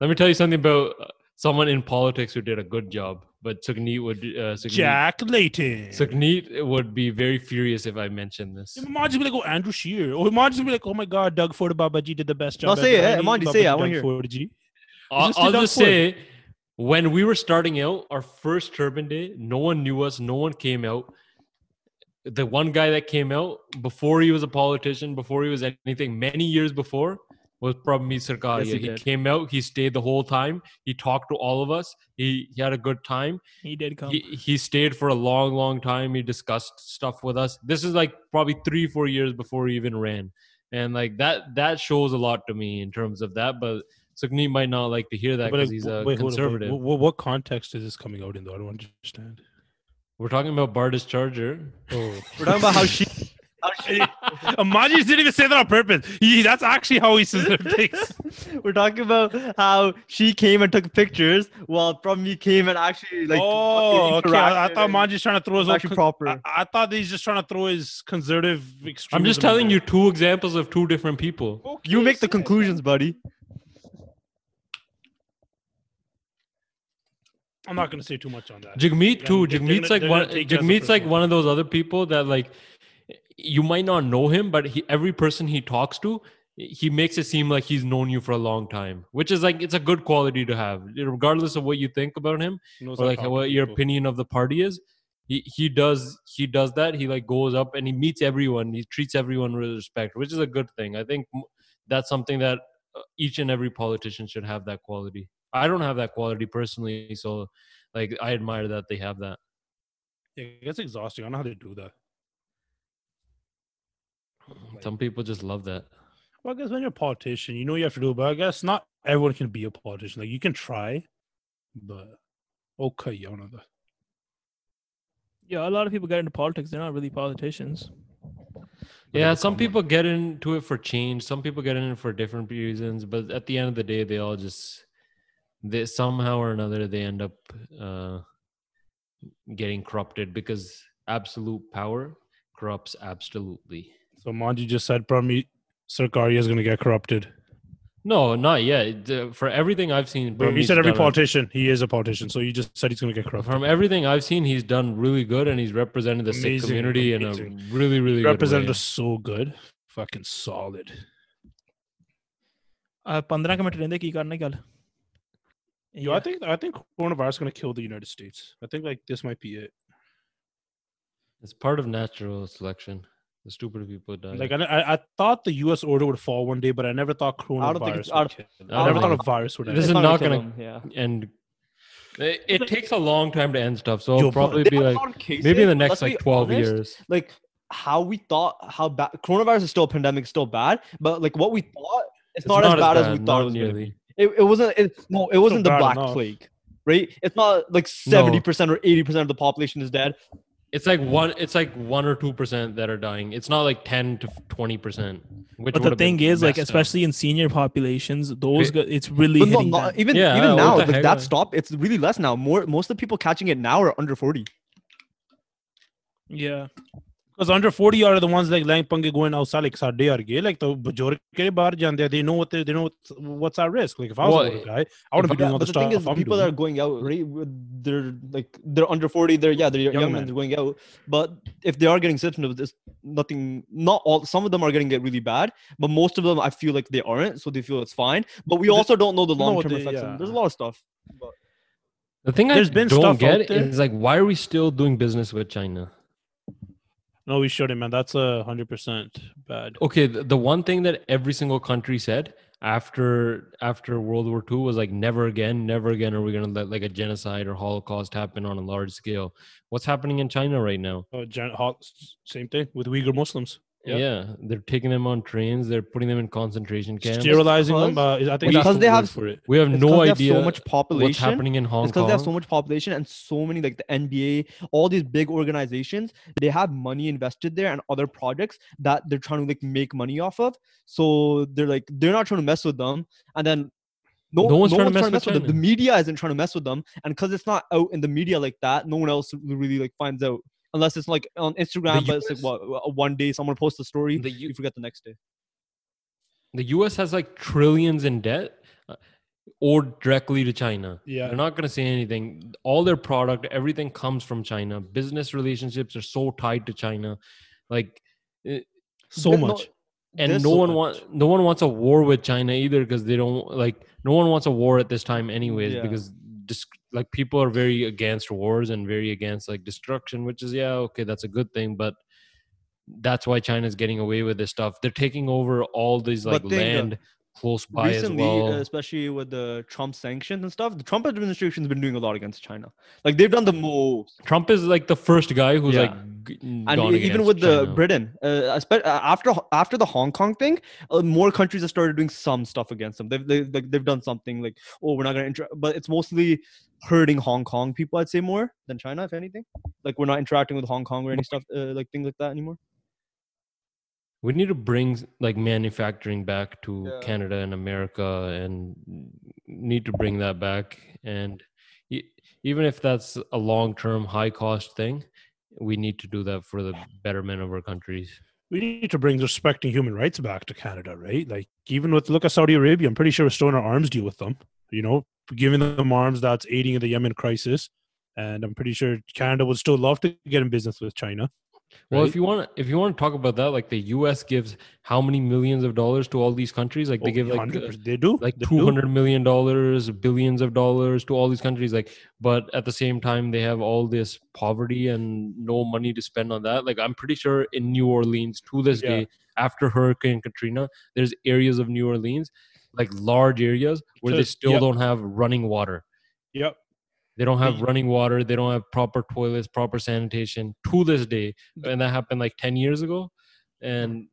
S2: Let me tell you something about uh, someone in politics who did a good job, but Sukneet would. Uh, Sukhneet-
S1: Jack Layton. So,
S2: Sukneet would be very furious if I mentioned this.
S1: Imagine be like, oh, Andrew Shear. Or imagine be like, oh my God, Doug Ford Babaji did the best job.
S3: No, say
S1: ever.
S3: it.
S1: I
S3: Eh,
S1: need
S3: Manji, say it. I
S1: Babaji
S3: wanna
S1: Doug Ford Ji.
S2: I'll,
S1: just
S2: I'll
S1: did that
S2: just
S1: for-
S2: say, when we were starting out, our first turban day, no one knew us, no one came out. The one guy that came out before he was a politician, before he was anything, many years before, was Prabhu Sarkaria.
S3: Yes, he
S2: he
S3: did.
S2: came out, he stayed the whole time, he talked to all of us, he, he had a good time
S4: He did come.
S2: he, he stayed for a long long time he discussed stuff with us this is like probably three four years before he even ran and like that that shows a lot to me in terms of that but Sukni might not like to hear that
S1: But
S2: because
S1: like,
S2: he's
S1: wait, hold up, wait,
S2: a conservative.
S1: What, what, what context is this coming out in, though? I don't understand.
S2: We're talking about Bardas Charger.
S1: Oh.
S3: We're talking about how she. How she
S1: Imagine didn't even say that on purpose. He, that's actually how he says it. Thanks.
S3: We're talking about how she came and took pictures while from me came and actually like.
S1: oh,
S3: fucking
S1: okay. I, I
S3: interacted
S1: thought
S3: and
S1: Manji's trying to throw
S3: was
S1: his own.
S3: actually proper.
S1: I, I thought he's just trying to throw his conservative extremism.
S2: I'm just telling
S1: in
S2: you
S1: there.
S2: two examples of two different people.
S3: you make the conclusions, buddy.
S1: I'm not going to say too much on that.
S2: Jagmeet
S1: They're
S2: too.
S1: gonna- they're
S2: Jagmeet's
S1: gonna-
S2: like
S1: they're
S2: one.
S1: gonna take it as a
S2: Jagmeet's like
S1: personal
S2: one of those other people that like you might not know him, but he, every person he talks to, he makes it seem like he's known you for a long time, which is like it's a good quality to have, regardless of what you think about him
S1: Knows how
S2: or
S1: to
S2: like
S1: talk to
S2: what your
S1: people.
S2: opinion of the party is. He, he does he does that. He like goes up and he meets everyone. He treats everyone with respect, which is a good thing. I think m- that's something that uh, each and every politician should have that quality. I don't have that quality personally, so like I admire that they have that.
S1: Yeah, that's exhausting. I don't know how to do that.
S2: Some people just love that.
S1: Well, I guess when you're a politician, you know what you have to do. But I guess not everyone can be a politician. Like you can try, but okay, you don't know that.
S4: yeah, a lot of people get into politics. They're not really politicians.
S2: Yeah,
S1: Whatever
S2: some
S1: come up.
S2: people get into it for change. Some people get in it for different reasons, but at the end of the day, they all just they somehow or another they end up uh, getting corrupted because absolute power corrupts absolutely.
S1: So Manji just said, probably Sarkaria is going to get corrupted.
S2: No, not yet. The- For everything I've seen,
S1: But you
S2: Burmese
S1: said every
S2: done a-
S1: politician, he is a politician. So you just said he's going to get corrupted.
S2: From everything I've seen, he's done really good, and he's represented the Sikh
S1: Amazing,
S2: community in
S1: amazing.
S2: a really, really
S1: Represented
S2: good
S1: us so good. Fucking solid.
S4: ਆ 15 ਕੁ minute ਰਹਿੰਦੇ ਕੀ ਕਰਨਾ ਗੱਲ
S1: Yo, I think I think coronavirus is going to kill the United States. I think like this might be it.
S2: way. It's part of natural selection. The stupid people die.
S1: Like I, I, I thought the U.S. order would fall one day, but I never thought
S3: I don't think
S1: coronavirus.
S3: it's-
S1: would kill. I
S2: I
S1: never
S2: don't
S1: thought
S2: think-
S1: a virus would.
S2: This
S1: end.
S2: is
S3: It's not
S2: not
S3: kill
S2: gonna-
S3: him, Yeah.
S2: and it, it takes a long time to end stuff. So
S1: Yo, bro,
S2: it'll probably
S3: There
S2: be
S3: are a
S2: like
S3: lot of cases,
S2: maybe in the
S3: but
S2: next
S3: let's
S2: like
S3: be
S2: twelve
S3: honest,
S2: years.
S3: Like how we thought how bad coronavirus is still a pandemic, still bad, but like what we thought, it's, not, as bad, as we thought it was. gonna be.
S2: nearly.
S3: It, it wasn't. It, no, it wasn't the
S1: bad
S3: Black
S1: enough.
S3: Plague, right? It's not like seventy percent or eighty percent of the population is dead.
S2: It's like one. It's like one or two percent that are dying. It's not like ten to twenty percent. Which
S4: But the
S2: would've been
S4: thing is,
S2: messed
S4: like,
S2: up.
S4: especially in senior populations, those go, it's really
S3: But no,
S4: hitting
S3: not,
S4: them.
S3: even
S2: Yeah,
S3: even
S2: what
S3: now,
S2: the
S3: like
S2: heck?
S3: that stop, it's really less now. More most of the people catching it now are under forty.
S4: Yeah,
S1: Because under 40 are the ones like Lang Pange going outside, like Sade are gay, like the Bajor ke bahar jande, they know what they, they know what's, what's at risk. Like if I was
S2: Well,
S1: a older guy, I wouldn't be doing
S3: Yeah,
S1: all
S3: but
S1: the
S3: the
S1: stuff.
S3: thing is, the
S1: I'm
S3: people that
S1: doing.
S3: are going out, right? with- They're like they're under forty. They're yeah, they're young,
S1: Young
S3: and
S1: men.
S3: they're going out. But if they are getting symptoms, it's nothing. Not all. Some of them are getting it really bad, but most of them, I feel like they aren't, so they feel it's fine. But we
S1: The-
S3: also don't know the
S1: No,
S3: long term
S1: the-
S3: effects. and There's a
S1: yeah.
S3: lot of stuff.
S2: the thing
S1: there's
S2: I
S1: been
S2: don't
S1: stuff out
S2: get
S1: there.
S2: is like, why are we still doing business with China?
S1: no, we shouldn't, man. That's a hundred percent bad.
S2: Okay, the, the one thing that every single country said after after World War II was like, never again, never again are we gonna let like a genocide or Holocaust happen on a large scale. What's happening in China right now?
S1: Uh, gen- ho- s- same thing with Uyghur Muslims, Yeah.
S2: Yeah, they're taking them on trains. They're putting them in concentration camps.
S1: sterilizing them. Uh, is- I think
S3: Because
S1: that's the
S3: they
S1: word
S3: have-
S1: for it.
S2: we have
S3: It's 'cause
S2: no
S3: they have
S2: idea
S3: so much population.
S2: what's happening in Hong
S3: It's because
S2: Kong.
S3: they have so much population and so many like the NBA, all these big organizations, they have money invested there and other projects that they're trying to like make money off of. So they're like they're not trying to mess with them. And then no,
S2: No one's
S3: no
S2: trying to
S3: one's
S2: mess with
S3: them. The
S2: China.
S3: media isn't trying to mess with them, and because it's not out in the media like that, no one else really like finds out unless it's like on Instagram. but it's like
S2: US
S3: what uh, one day someone posts a story,
S2: The
S3: you
S2: U-
S3: forget the next day.
S2: the U.S. has like trillions in debt, uh, owed directly to China.
S1: Yeah,
S2: They're not going to say anything. All their product, everything comes from China. Business relationships are so tied to China, like,
S1: so
S3: But no-
S1: much.
S2: and
S3: There's
S2: no
S3: so
S2: one
S3: much.
S2: wants no one wants a war with China either because they don't like no one wants a war at this time anyways
S3: Yeah.
S2: because dis- like people are very against wars and very against like destruction, which is yeah okay that's a good thing, but that's why China's getting away with this stuff. They're taking over all these like
S3: But think, uh,
S2: land close by
S3: recently,
S2: as
S3: uh,
S2: well.
S3: especially with the Trump sanctions and stuff, the Trump administration's been doing a lot against China. Like they've done the most,
S2: Trump is like the first guy who's
S3: Yeah.
S2: like g-
S3: and
S2: gone
S3: e- even
S2: against
S3: with the
S2: China.
S3: Britain, uh, espe- uh, after Ho- after the Hong Kong thing, uh, more countries have started doing some stuff against them. They've they've, like, they've done something like, oh, we're not gonna, inter-, but it's mostly hurting Hong Kong people. I'd say more than China, if anything. Like we're not interacting with Hong Kong or any stuff uh, like things like that anymore.
S2: We need to bring like manufacturing back to
S3: Yeah.
S2: Canada and America, and need to bring that back. And e- even if that's a long-term, high-cost thing, we need to do that for the betterment of our countries.
S1: We need to bring respecting human rights back to Canada, right? Like even with look at Saudi Arabia, I'm pretty sure we're still in our arms deal with them. You know, giving them arms that's aiding in the Yemen crisis, and I'm pretty sure Canada would still love to get in business with China.
S2: Well,
S1: right?
S2: if you want, if you want to talk about that, like the U.S. gives how many millions of dollars to all these countries? Like they
S1: Oh,
S2: give like uh,
S1: 100%, they do
S2: like
S1: they do.
S2: 200 million dollars billions of dollars to all these countries like but at the same time they have all this poverty and no money to spend on that like i'm pretty sure in new orleans to this
S1: Yeah.
S2: day after hurricane katrina there's areas of new orleans like large areas where they
S1: Just-
S2: still
S1: yeah.
S2: don't have running water
S1: Yep.
S2: they don't have
S1: They-
S2: running water they don't have proper toilets proper sanitation to this day and that happened like 10 years ago and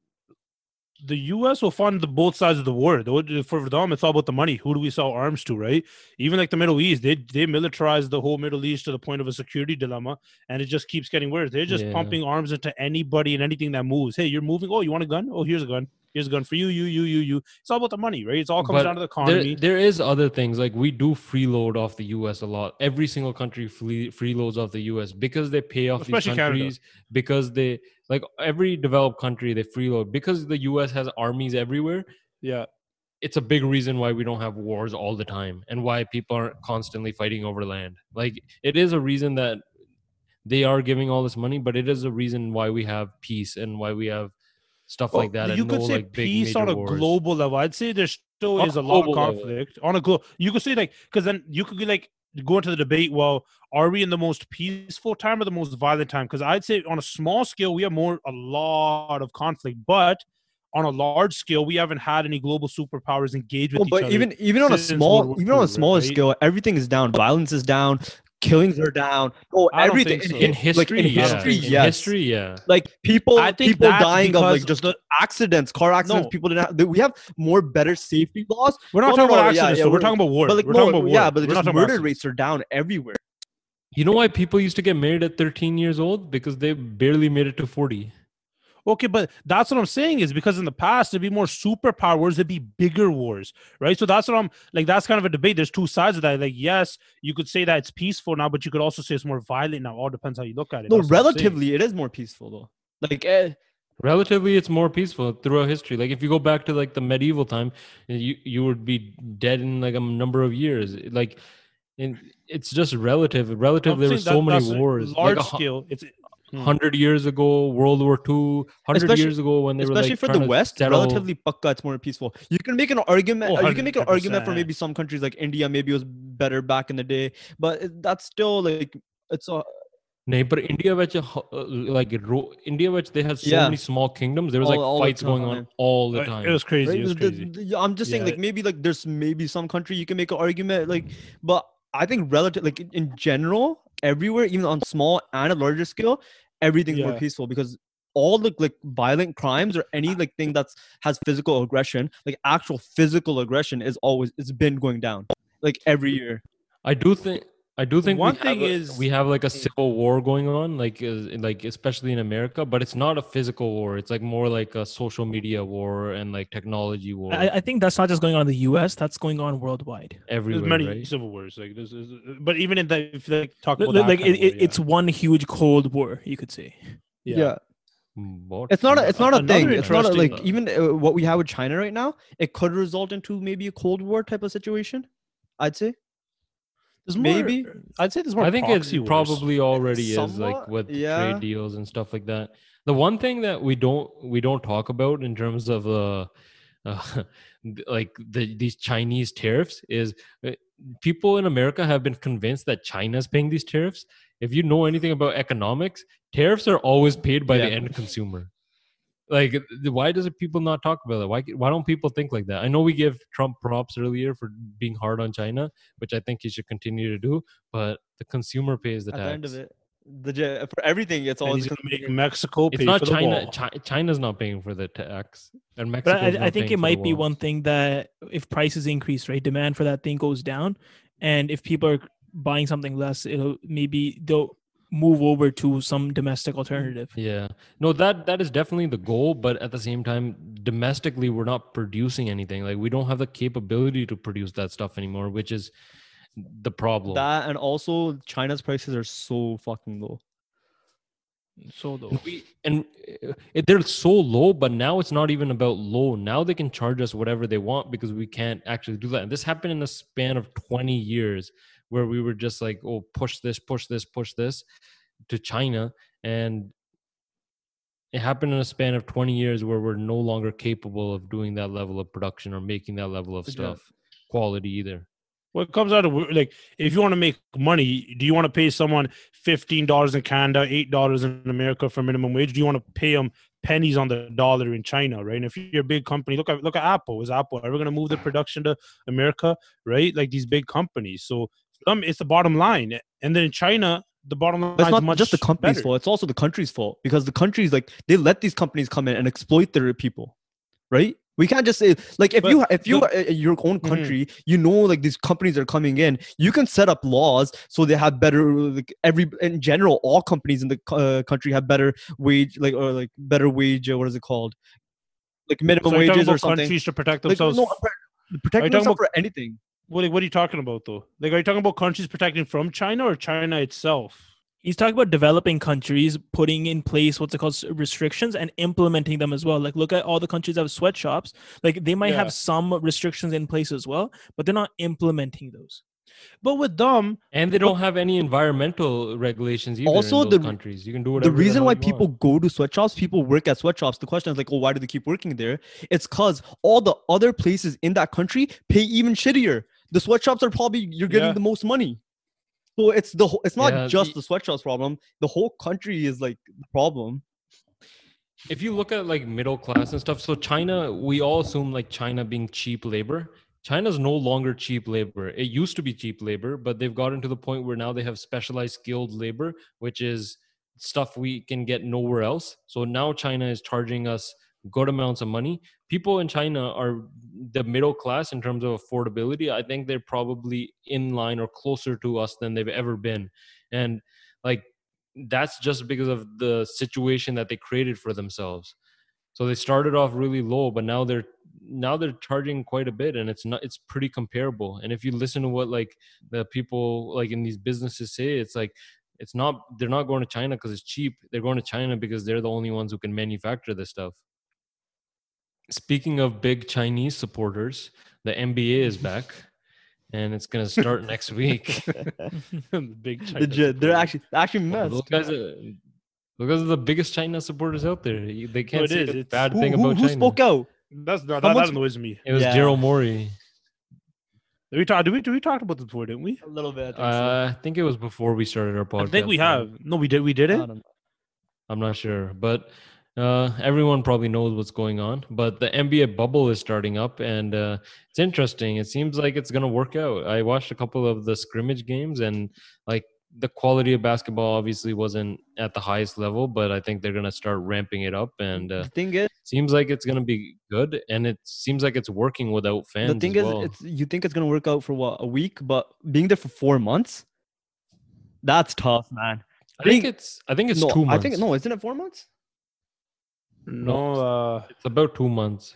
S1: the U.S. will fund the both sides of the war. They would- For them, it's all about the money. Who do we sell arms to, right? Even like the Middle East, they they militarize the whole Middle East to the point of a security dilemma, and it just keeps getting worse. They're just
S2: Yeah.
S1: pumping arms into anybody and anything that moves. Hey, you're moving. Oh, you want a gun? Oh, here's a gun. Here's a gun for you, you, you, you, you. It's all about the money, right? It's all comes
S2: But
S1: down to the
S2: There,
S1: economy.
S2: there is other things like we do freeload off the U.S. a lot. Every single country free, freeloads off the U.S. because they pay off
S1: Especially
S2: these
S1: Canada.
S2: countries because they like every developed country they freeload because the U.S. has armies everywhere.
S1: yeah.
S2: It's a big reason why we don't have wars all the time and why people aren't constantly fighting over land. Like it is a reason that they are giving all this money, but it is a reason why we have peace and why we have stuff like
S1: Well,
S2: that.
S1: Oh, You
S2: and
S1: could
S2: no,
S1: say
S2: like, big
S1: peace
S2: major
S1: on a
S2: wars.
S1: global level. I'd say there still
S2: On
S1: is a
S2: a
S1: lot
S2: global
S1: of
S2: level.
S1: conflict on a global. You could say like because then you could like go into the debate. Well, are we in the most peaceful time or the most violent time? Because I'd say on a small scale we have more a lot of conflict, but on a large scale we haven't had any global superpowers engage with
S3: Well,
S1: each
S3: but
S1: other.
S3: even even on a
S1: since World
S3: small
S1: War
S3: even on
S1: II,
S3: a smaller
S1: right?
S3: scale, everything is down. Violence is down. Killings are down. Oh,
S1: I don't
S3: everything
S1: think so.
S2: in
S1: Like,
S2: history,
S3: like, in
S2: yeah.
S3: history,
S2: In
S3: yes.
S2: history, yeah.
S3: Like people,
S1: I think
S3: people
S1: that's
S3: dying of like
S1: because-
S3: just the accidents, car accidents.
S1: No.
S3: People didn't. Have, we have more better safety laws,
S1: we're not
S3: well,
S1: talking
S3: no,
S1: about
S3: yeah,
S1: accidents.
S3: yeah,
S1: though. we're
S3: we're-
S1: talking about war.
S3: but like
S1: we're
S3: no,
S1: talking about war.
S3: yeah,
S1: we're
S3: but
S1: not
S3: just
S1: talking about
S3: murder
S1: accidents.
S3: rates are down everywhere.
S2: You know why people used to get married at 13 years old? Because they barely made it to 40.
S1: Okay, but that's what I'm saying is because in the past there'd be more superpower wars, there'd be bigger wars, right? So that's what I'm like. That's kind of a debate. There's two sides of that. Like, yes, you could say that it's peaceful now, but you could also say it's more violent now. All depends how you look at it.
S3: No,
S1: That's what I'm saying.
S3: relatively, it is more peaceful though. Like eh,
S2: Relatively, it's more peaceful throughout history. Like if you go back to like the medieval time, eh, you you would be dead in like a number of years. Like, in, it's just relative.
S1: I'm
S2: Relative, there were
S1: saying that-
S2: so many
S1: that's a
S2: wars.
S1: Large
S2: like a
S1: scale. It's Hmm.
S2: hundred years ago, World War II. Hundred
S3: Especially-
S2: years ago, when they were
S3: especially
S2: like
S3: for
S2: trying
S3: the
S2: to
S3: West,
S2: settle-
S3: relatively pakka, it's more peaceful. You can make an argument.
S1: Oh,
S3: uh, you can make an argument for
S1: 100%.
S3: maybe some countries like India. Maybe it was better back in the day, but it- that's still like it's a
S2: ਨਹੀਂ ਪਰ India ਵਿੱਚ ਹ- ਅਹ, uh, like ro- India ਵਿੱਚ they had so
S3: Yeah.
S2: many small kingdoms there was
S3: All-
S2: like
S3: all the
S2: fights going on
S3: time.
S2: all the
S1: Like,
S2: time
S1: uh, It was crazy.
S3: Right?
S1: It was
S3: The-
S1: crazy.
S3: the- I'm just saying,
S1: Yeah.
S3: like maybe like there's maybe some country you can make an argument, like, but I think relative, like in- in general, everywhere, even on small and a larger scale, everything's more
S1: Yeah.
S3: peaceful because all the like violent crimes or any like thing that's has physical aggression, like actual physical aggression, is always it's been going down, like every year.
S2: I do think I do think
S1: One
S2: we
S1: thing
S2: have a-
S1: is- Hmm.
S2: we have like a civil war going on, like is- like especially in America, but it's not a physical war. It's like more like a social media war and like technology war
S4: I, I think that's not just going on in the U.S. That's going on worldwide.
S1: There's
S2: everywhere.
S1: many
S2: right?
S1: civil wars. Like this is, but even in that, if they talk
S4: Li-
S1: about
S4: li-
S1: that
S4: like
S1: kind
S4: it,
S1: of war,
S4: it, it's one huge cold war, you could say.
S1: yeah.
S2: Hmm, What
S3: it's not a,
S2: the-
S3: it's not a
S1: Another
S3: thing. It's not a,
S1: interesting-
S3: like even uh, what we have with China right now. It could result into maybe a Cold War type of situation. I'd say
S1: There's more-
S3: maybe.
S1: I'd say there's more.
S2: I think it
S1: proxy wars.
S2: probably already is like
S3: Somewhat,
S2: with
S3: yeah.
S2: trade deals and stuff like that. The one thing that we don't we don't talk about in terms of uh, uh like the, these Chinese tariffs is uh, people in America have been convinced that China's paying these tariffs. If you know anything about economics, tariffs are always paid by the
S3: Yeah.
S2: end consumer. Like, th- why does it people not talk about that? Why why don't people think like that? I know we give Trump props earlier for being hard on China, which I think he should continue to do. But the consumer pays the
S3: at
S2: tax.
S3: the end of it, the j- for everything, it's
S1: And
S3: always
S1: he's gonna make Mexico
S2: it's
S1: pay
S2: not
S1: for the
S2: China.
S1: wall.
S2: Chi- China's not paying for the tax, and Mexico.
S4: But I, I think it might be one thing that if prices increase, right, demand for that thing goes down, and if people are buying something less, it'll maybe they'll move over to some domestic alternative.
S2: Yeah, no, that that is definitely the goal, but at the same time, domestically, we're not producing anything. Like we don't have the capability to produce that stuff anymore, which is the problem.
S3: that, and also China's prices are so fucking low.
S4: So though.
S2: And we, and uh, it, they're so low, but now it's not even about low. Now they can charge us whatever they want because we can't actually do that. And this happened in a span of 20 years where we were just like, oh, push this, push this, push this to China. And it happened in a span of 20 years where we're no longer capable of doing that level of production or making that level of
S3: Yeah.
S2: stuff quality either.
S1: Well, it comes out of wor- like if you want to make money, do you want to pay someone fifteen dollars in Canada, eight dollars in America for minimum wage? Do you want to pay them pennies on the dollar in China, right? And if you're a big company, look at look at Apple. Is Apple ever going to move their production to America, right? Like these big companies. So um, it's the bottom line, and then in China, the bottom line
S3: But it's
S1: is
S3: not
S1: much
S3: just the company's
S1: better.
S3: fault; it's also the country's fault because the countries like they let these companies come in and exploit their people, right? We can't just say like if
S1: But Mm-hmm.
S3: you if you uh, your own country, you know like these companies are coming in, you can set up laws so they have better like every in general all companies in the co- uh, country have better wage like or like better wage uh, what is it called like minimum
S1: So you're talking
S3: wages or
S1: about
S3: something.
S1: countries to protect
S3: Like,
S1: themselves.
S3: no, I'm protecting
S1: talking
S3: yourself
S1: about-
S3: for anything.
S1: what, what are you talking about though? Like, are you talking about countries protecting from China or China itself?
S4: He's talking about developing countries putting in place what's it called s- restrictions and implementing them as well. Like, look at all the countries that have sweatshops. Like, they might
S1: Yeah.
S4: have some restrictions in place as well, but they're not implementing those.
S1: But with them,
S2: And they don't have any environmental regulations either
S3: Also,
S2: in those
S3: the-
S2: countries. You can do whatever.
S3: the reason
S2: hell
S3: why
S2: you want.
S3: people go to sweatshops, people work at sweatshops. The question is like, oh, why do they keep working there? It's cause all the other places in that country pay even shittier. The sweatshops are probably you're getting
S1: Yeah.
S3: the most money. So it's the whole- it's not
S2: Yeah,
S3: just
S2: the-
S3: the sweatshops problem. The whole country is like the problem.
S2: if you look at like middle class and stuff, so China, we all assume like China being cheap labor. China's no longer cheap labor. It used to be cheap labor, but they've gotten to the point where now they have specialized skilled labor, which is stuff we can get nowhere else. So now China is charging us good amounts of money. People in China are the middle class in terms of affordability. I think they're probably in line or closer to us than they've ever been. And like that's just because of the situation that they created for themselves. So they started off really low, but now they're now they're charging quite a bit, and it's not it's pretty comparable. And if you listen to what like the people like in these businesses say, it's like it's not they're not going to China because it's cheap. They're going to China because they're the only ones who can manufacture this stuff. Speaking of big Chinese supporters, the NBA is back, and it's going to start next week.
S1: big China.
S3: Legit, they're
S1: supporters.
S3: actually they're actually
S2: Well,
S3: messed.
S2: Those guys are those guys are the biggest China supporters out there. You- They can't
S1: it
S2: say
S1: is.
S2: a
S1: It's-
S2: bad
S3: Who,
S2: thing
S3: who,
S2: about
S3: who
S2: China.
S3: spoke out?
S1: That's not, that,
S3: Someone's-
S1: that annoys me.
S2: It was
S3: Yeah.
S2: Gerald Mori.
S1: Did we talk? Did we? Did we talked about this before, didn't we?
S3: A little bit. I think so.
S2: Uh, I think it was before we started our
S1: I
S2: podcast.
S1: think we
S2: though.
S1: have. No, we did. We did
S3: I
S1: it.
S2: Um,
S3: don't know.
S2: I'm not sure, but uh, everyone probably knows what's going on. But the NBA bubble is starting up, and uh, it's interesting. It seems like it's going to work out. I watched a couple of the scrimmage games, and like the quality of basketball obviously wasn't at the highest level, but I think they're going to start ramping it up. And uh,
S3: the thing is,
S2: seems like it's going to be good and it seems like it's working without fans
S3: the thing
S2: as
S3: is,
S2: well.
S3: it's you think it's gonna work out for what a week, but being there for four months, that's tough, man.
S2: i think it's i think it's
S3: no,
S2: two months
S3: I think no, isn't it four months?
S1: No, uh,
S2: it's about two months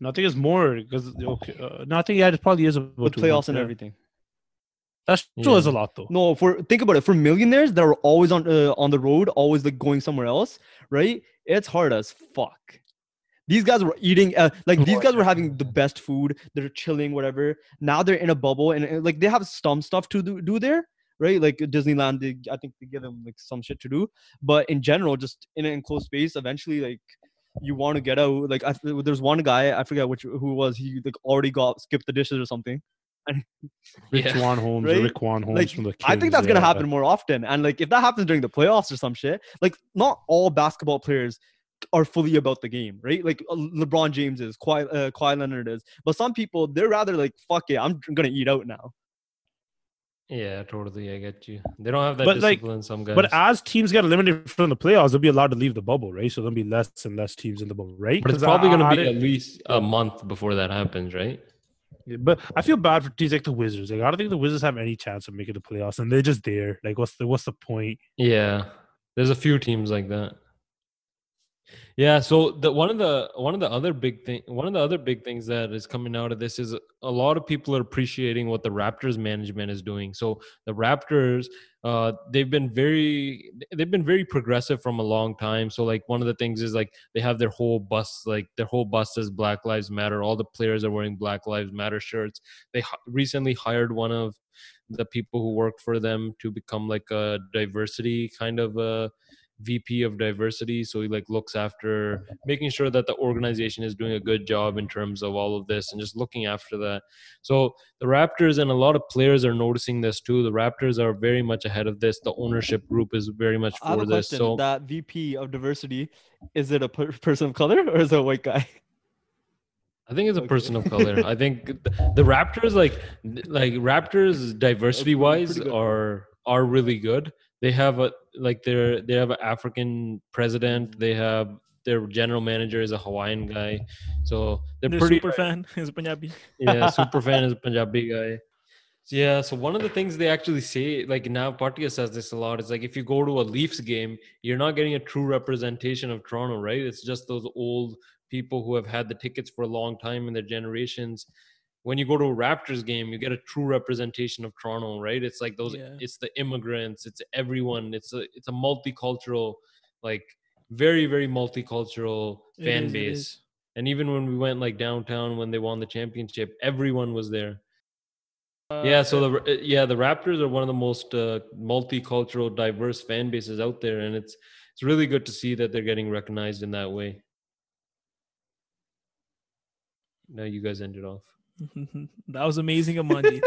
S1: no, I think it's more because okay. Uh, no, I think yeah, it probably is about
S3: With
S1: two
S3: playoffs
S1: months,
S3: and
S1: yeah.
S3: everything.
S1: That still is
S2: Yeah.
S1: a lot though.
S3: No, for think about it. For millionaires that are always on uh, on the road, always like going somewhere else, right? It's hard as fuck. These guys were eating uh, like these guys were having the best food. They're chilling, whatever. Now they're in a bubble, and, and, like they have some stuff to do, do there, right? Like Disneyland, they, I think they give them like some shit to do. But in general, just in an enclosed space, eventually, like you want to get out. Like I, there's one guy, I forget which who it was. He like already got skipped the dishes or something.
S1: Rick
S2: Yeah.
S1: Juan Holmes,
S3: Right?
S1: Rick Juan Holmes
S3: Like,
S1: from the. Kings,
S3: I think that's gonna
S1: yeah.
S3: happen more often. And like if that happens during the playoffs or some shit, like not all basketball players are fully about the game, right? Like uh, LeBron James is, Kawhi, uh, Kawhi Leonard is, but some people they're rather like, fuck it, I'm gonna eat out now.
S2: yeah totally i get you they don't have that
S1: But, like-
S2: discipline some guys
S1: But as teams get eliminated from the playoffs, they'll be allowed to leave the bubble, right? So there'll be less and less teams in the bubble, right?
S2: but it's
S1: 'Cause I-
S2: probably going
S1: I- I
S2: to be
S1: didn't-
S2: at least a month before that happens right
S1: Yeah, but I feel bad for teams like the Wizards. Like I don't think the Wizards have any chance of making the playoffs, and they're just there. Like, what's the what's the point?
S2: Yeah, there's a few teams like that. Yeah, so the one of the one of the other big thing one of the other big things that is coming out of this is a lot of people are appreciating what the Raptors management is doing. So the Raptors, uh, they've been very they've been very progressive from a long time. So like one of the things is like they have their whole bus like their whole bus says Black Lives Matter. All the players are wearing Black Lives Matter shirts. They hi- recently hired one of the people who work for them to become like a diversity kind of a VP of diversity. So he like looks after making sure that the organization is doing a good job in terms of all of this and just looking after that. So the Raptors and a lot of players are noticing this too. The Raptors are very much ahead of this. The ownership group is very much
S3: I have
S2: for
S3: a
S2: this.
S3: question:
S2: So
S3: that VP of diversity, is it a per- person of color or is it a white guy?
S2: I think it's a
S3: Okay.
S2: person of color. I think th- the Raptors, like like Raptors, diversity wise,
S3: pretty good.
S2: are are really good. They have a like they're they have an African
S3: Mm-hmm.
S2: president. They have their general manager is a Hawaiian guy, so they're
S4: Their
S2: pretty
S4: super fan is Punjabi.
S2: yeah, super fan is a Punjabi guy. So, yeah, so one of the things they actually say, like Nav Patia says this a lot, is like if you go to a Leafs game, you're not getting a true representation of Toronto, right? It's just those old people who have had the tickets for a long time in their generations. When you go to a Raptors game, you get a true representation of Toronto, right? It's like those.
S4: Yeah.
S2: It's the immigrants. It's everyone. It's a it's a multicultural, like very very multicultural
S4: It
S2: fan
S4: is, it
S2: base.
S4: is.
S2: And even when we went like downtown when they won the championship, everyone was there.
S4: Oh,
S2: yeah, so the uh, yeah the Raptors are one of the most uh, multicultural, diverse fan bases out there, and it's it's really good to see that they're getting recognized in that way. Now you guys ended off.
S4: that was amazing, Amanji.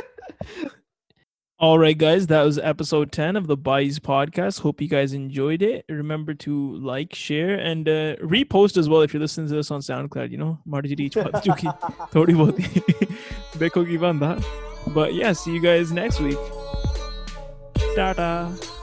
S4: All right, guys, that was episode 10 of the Buys podcast. Hope you guys enjoyed it. Remember to like, share, and uh, repost as well if you're listening to this on SoundCloud. You know, Mardi Reach बात जो कि थोड़ी बहुत ही देखो की बंदा. But yeah, see you guys next week. Ta-ta.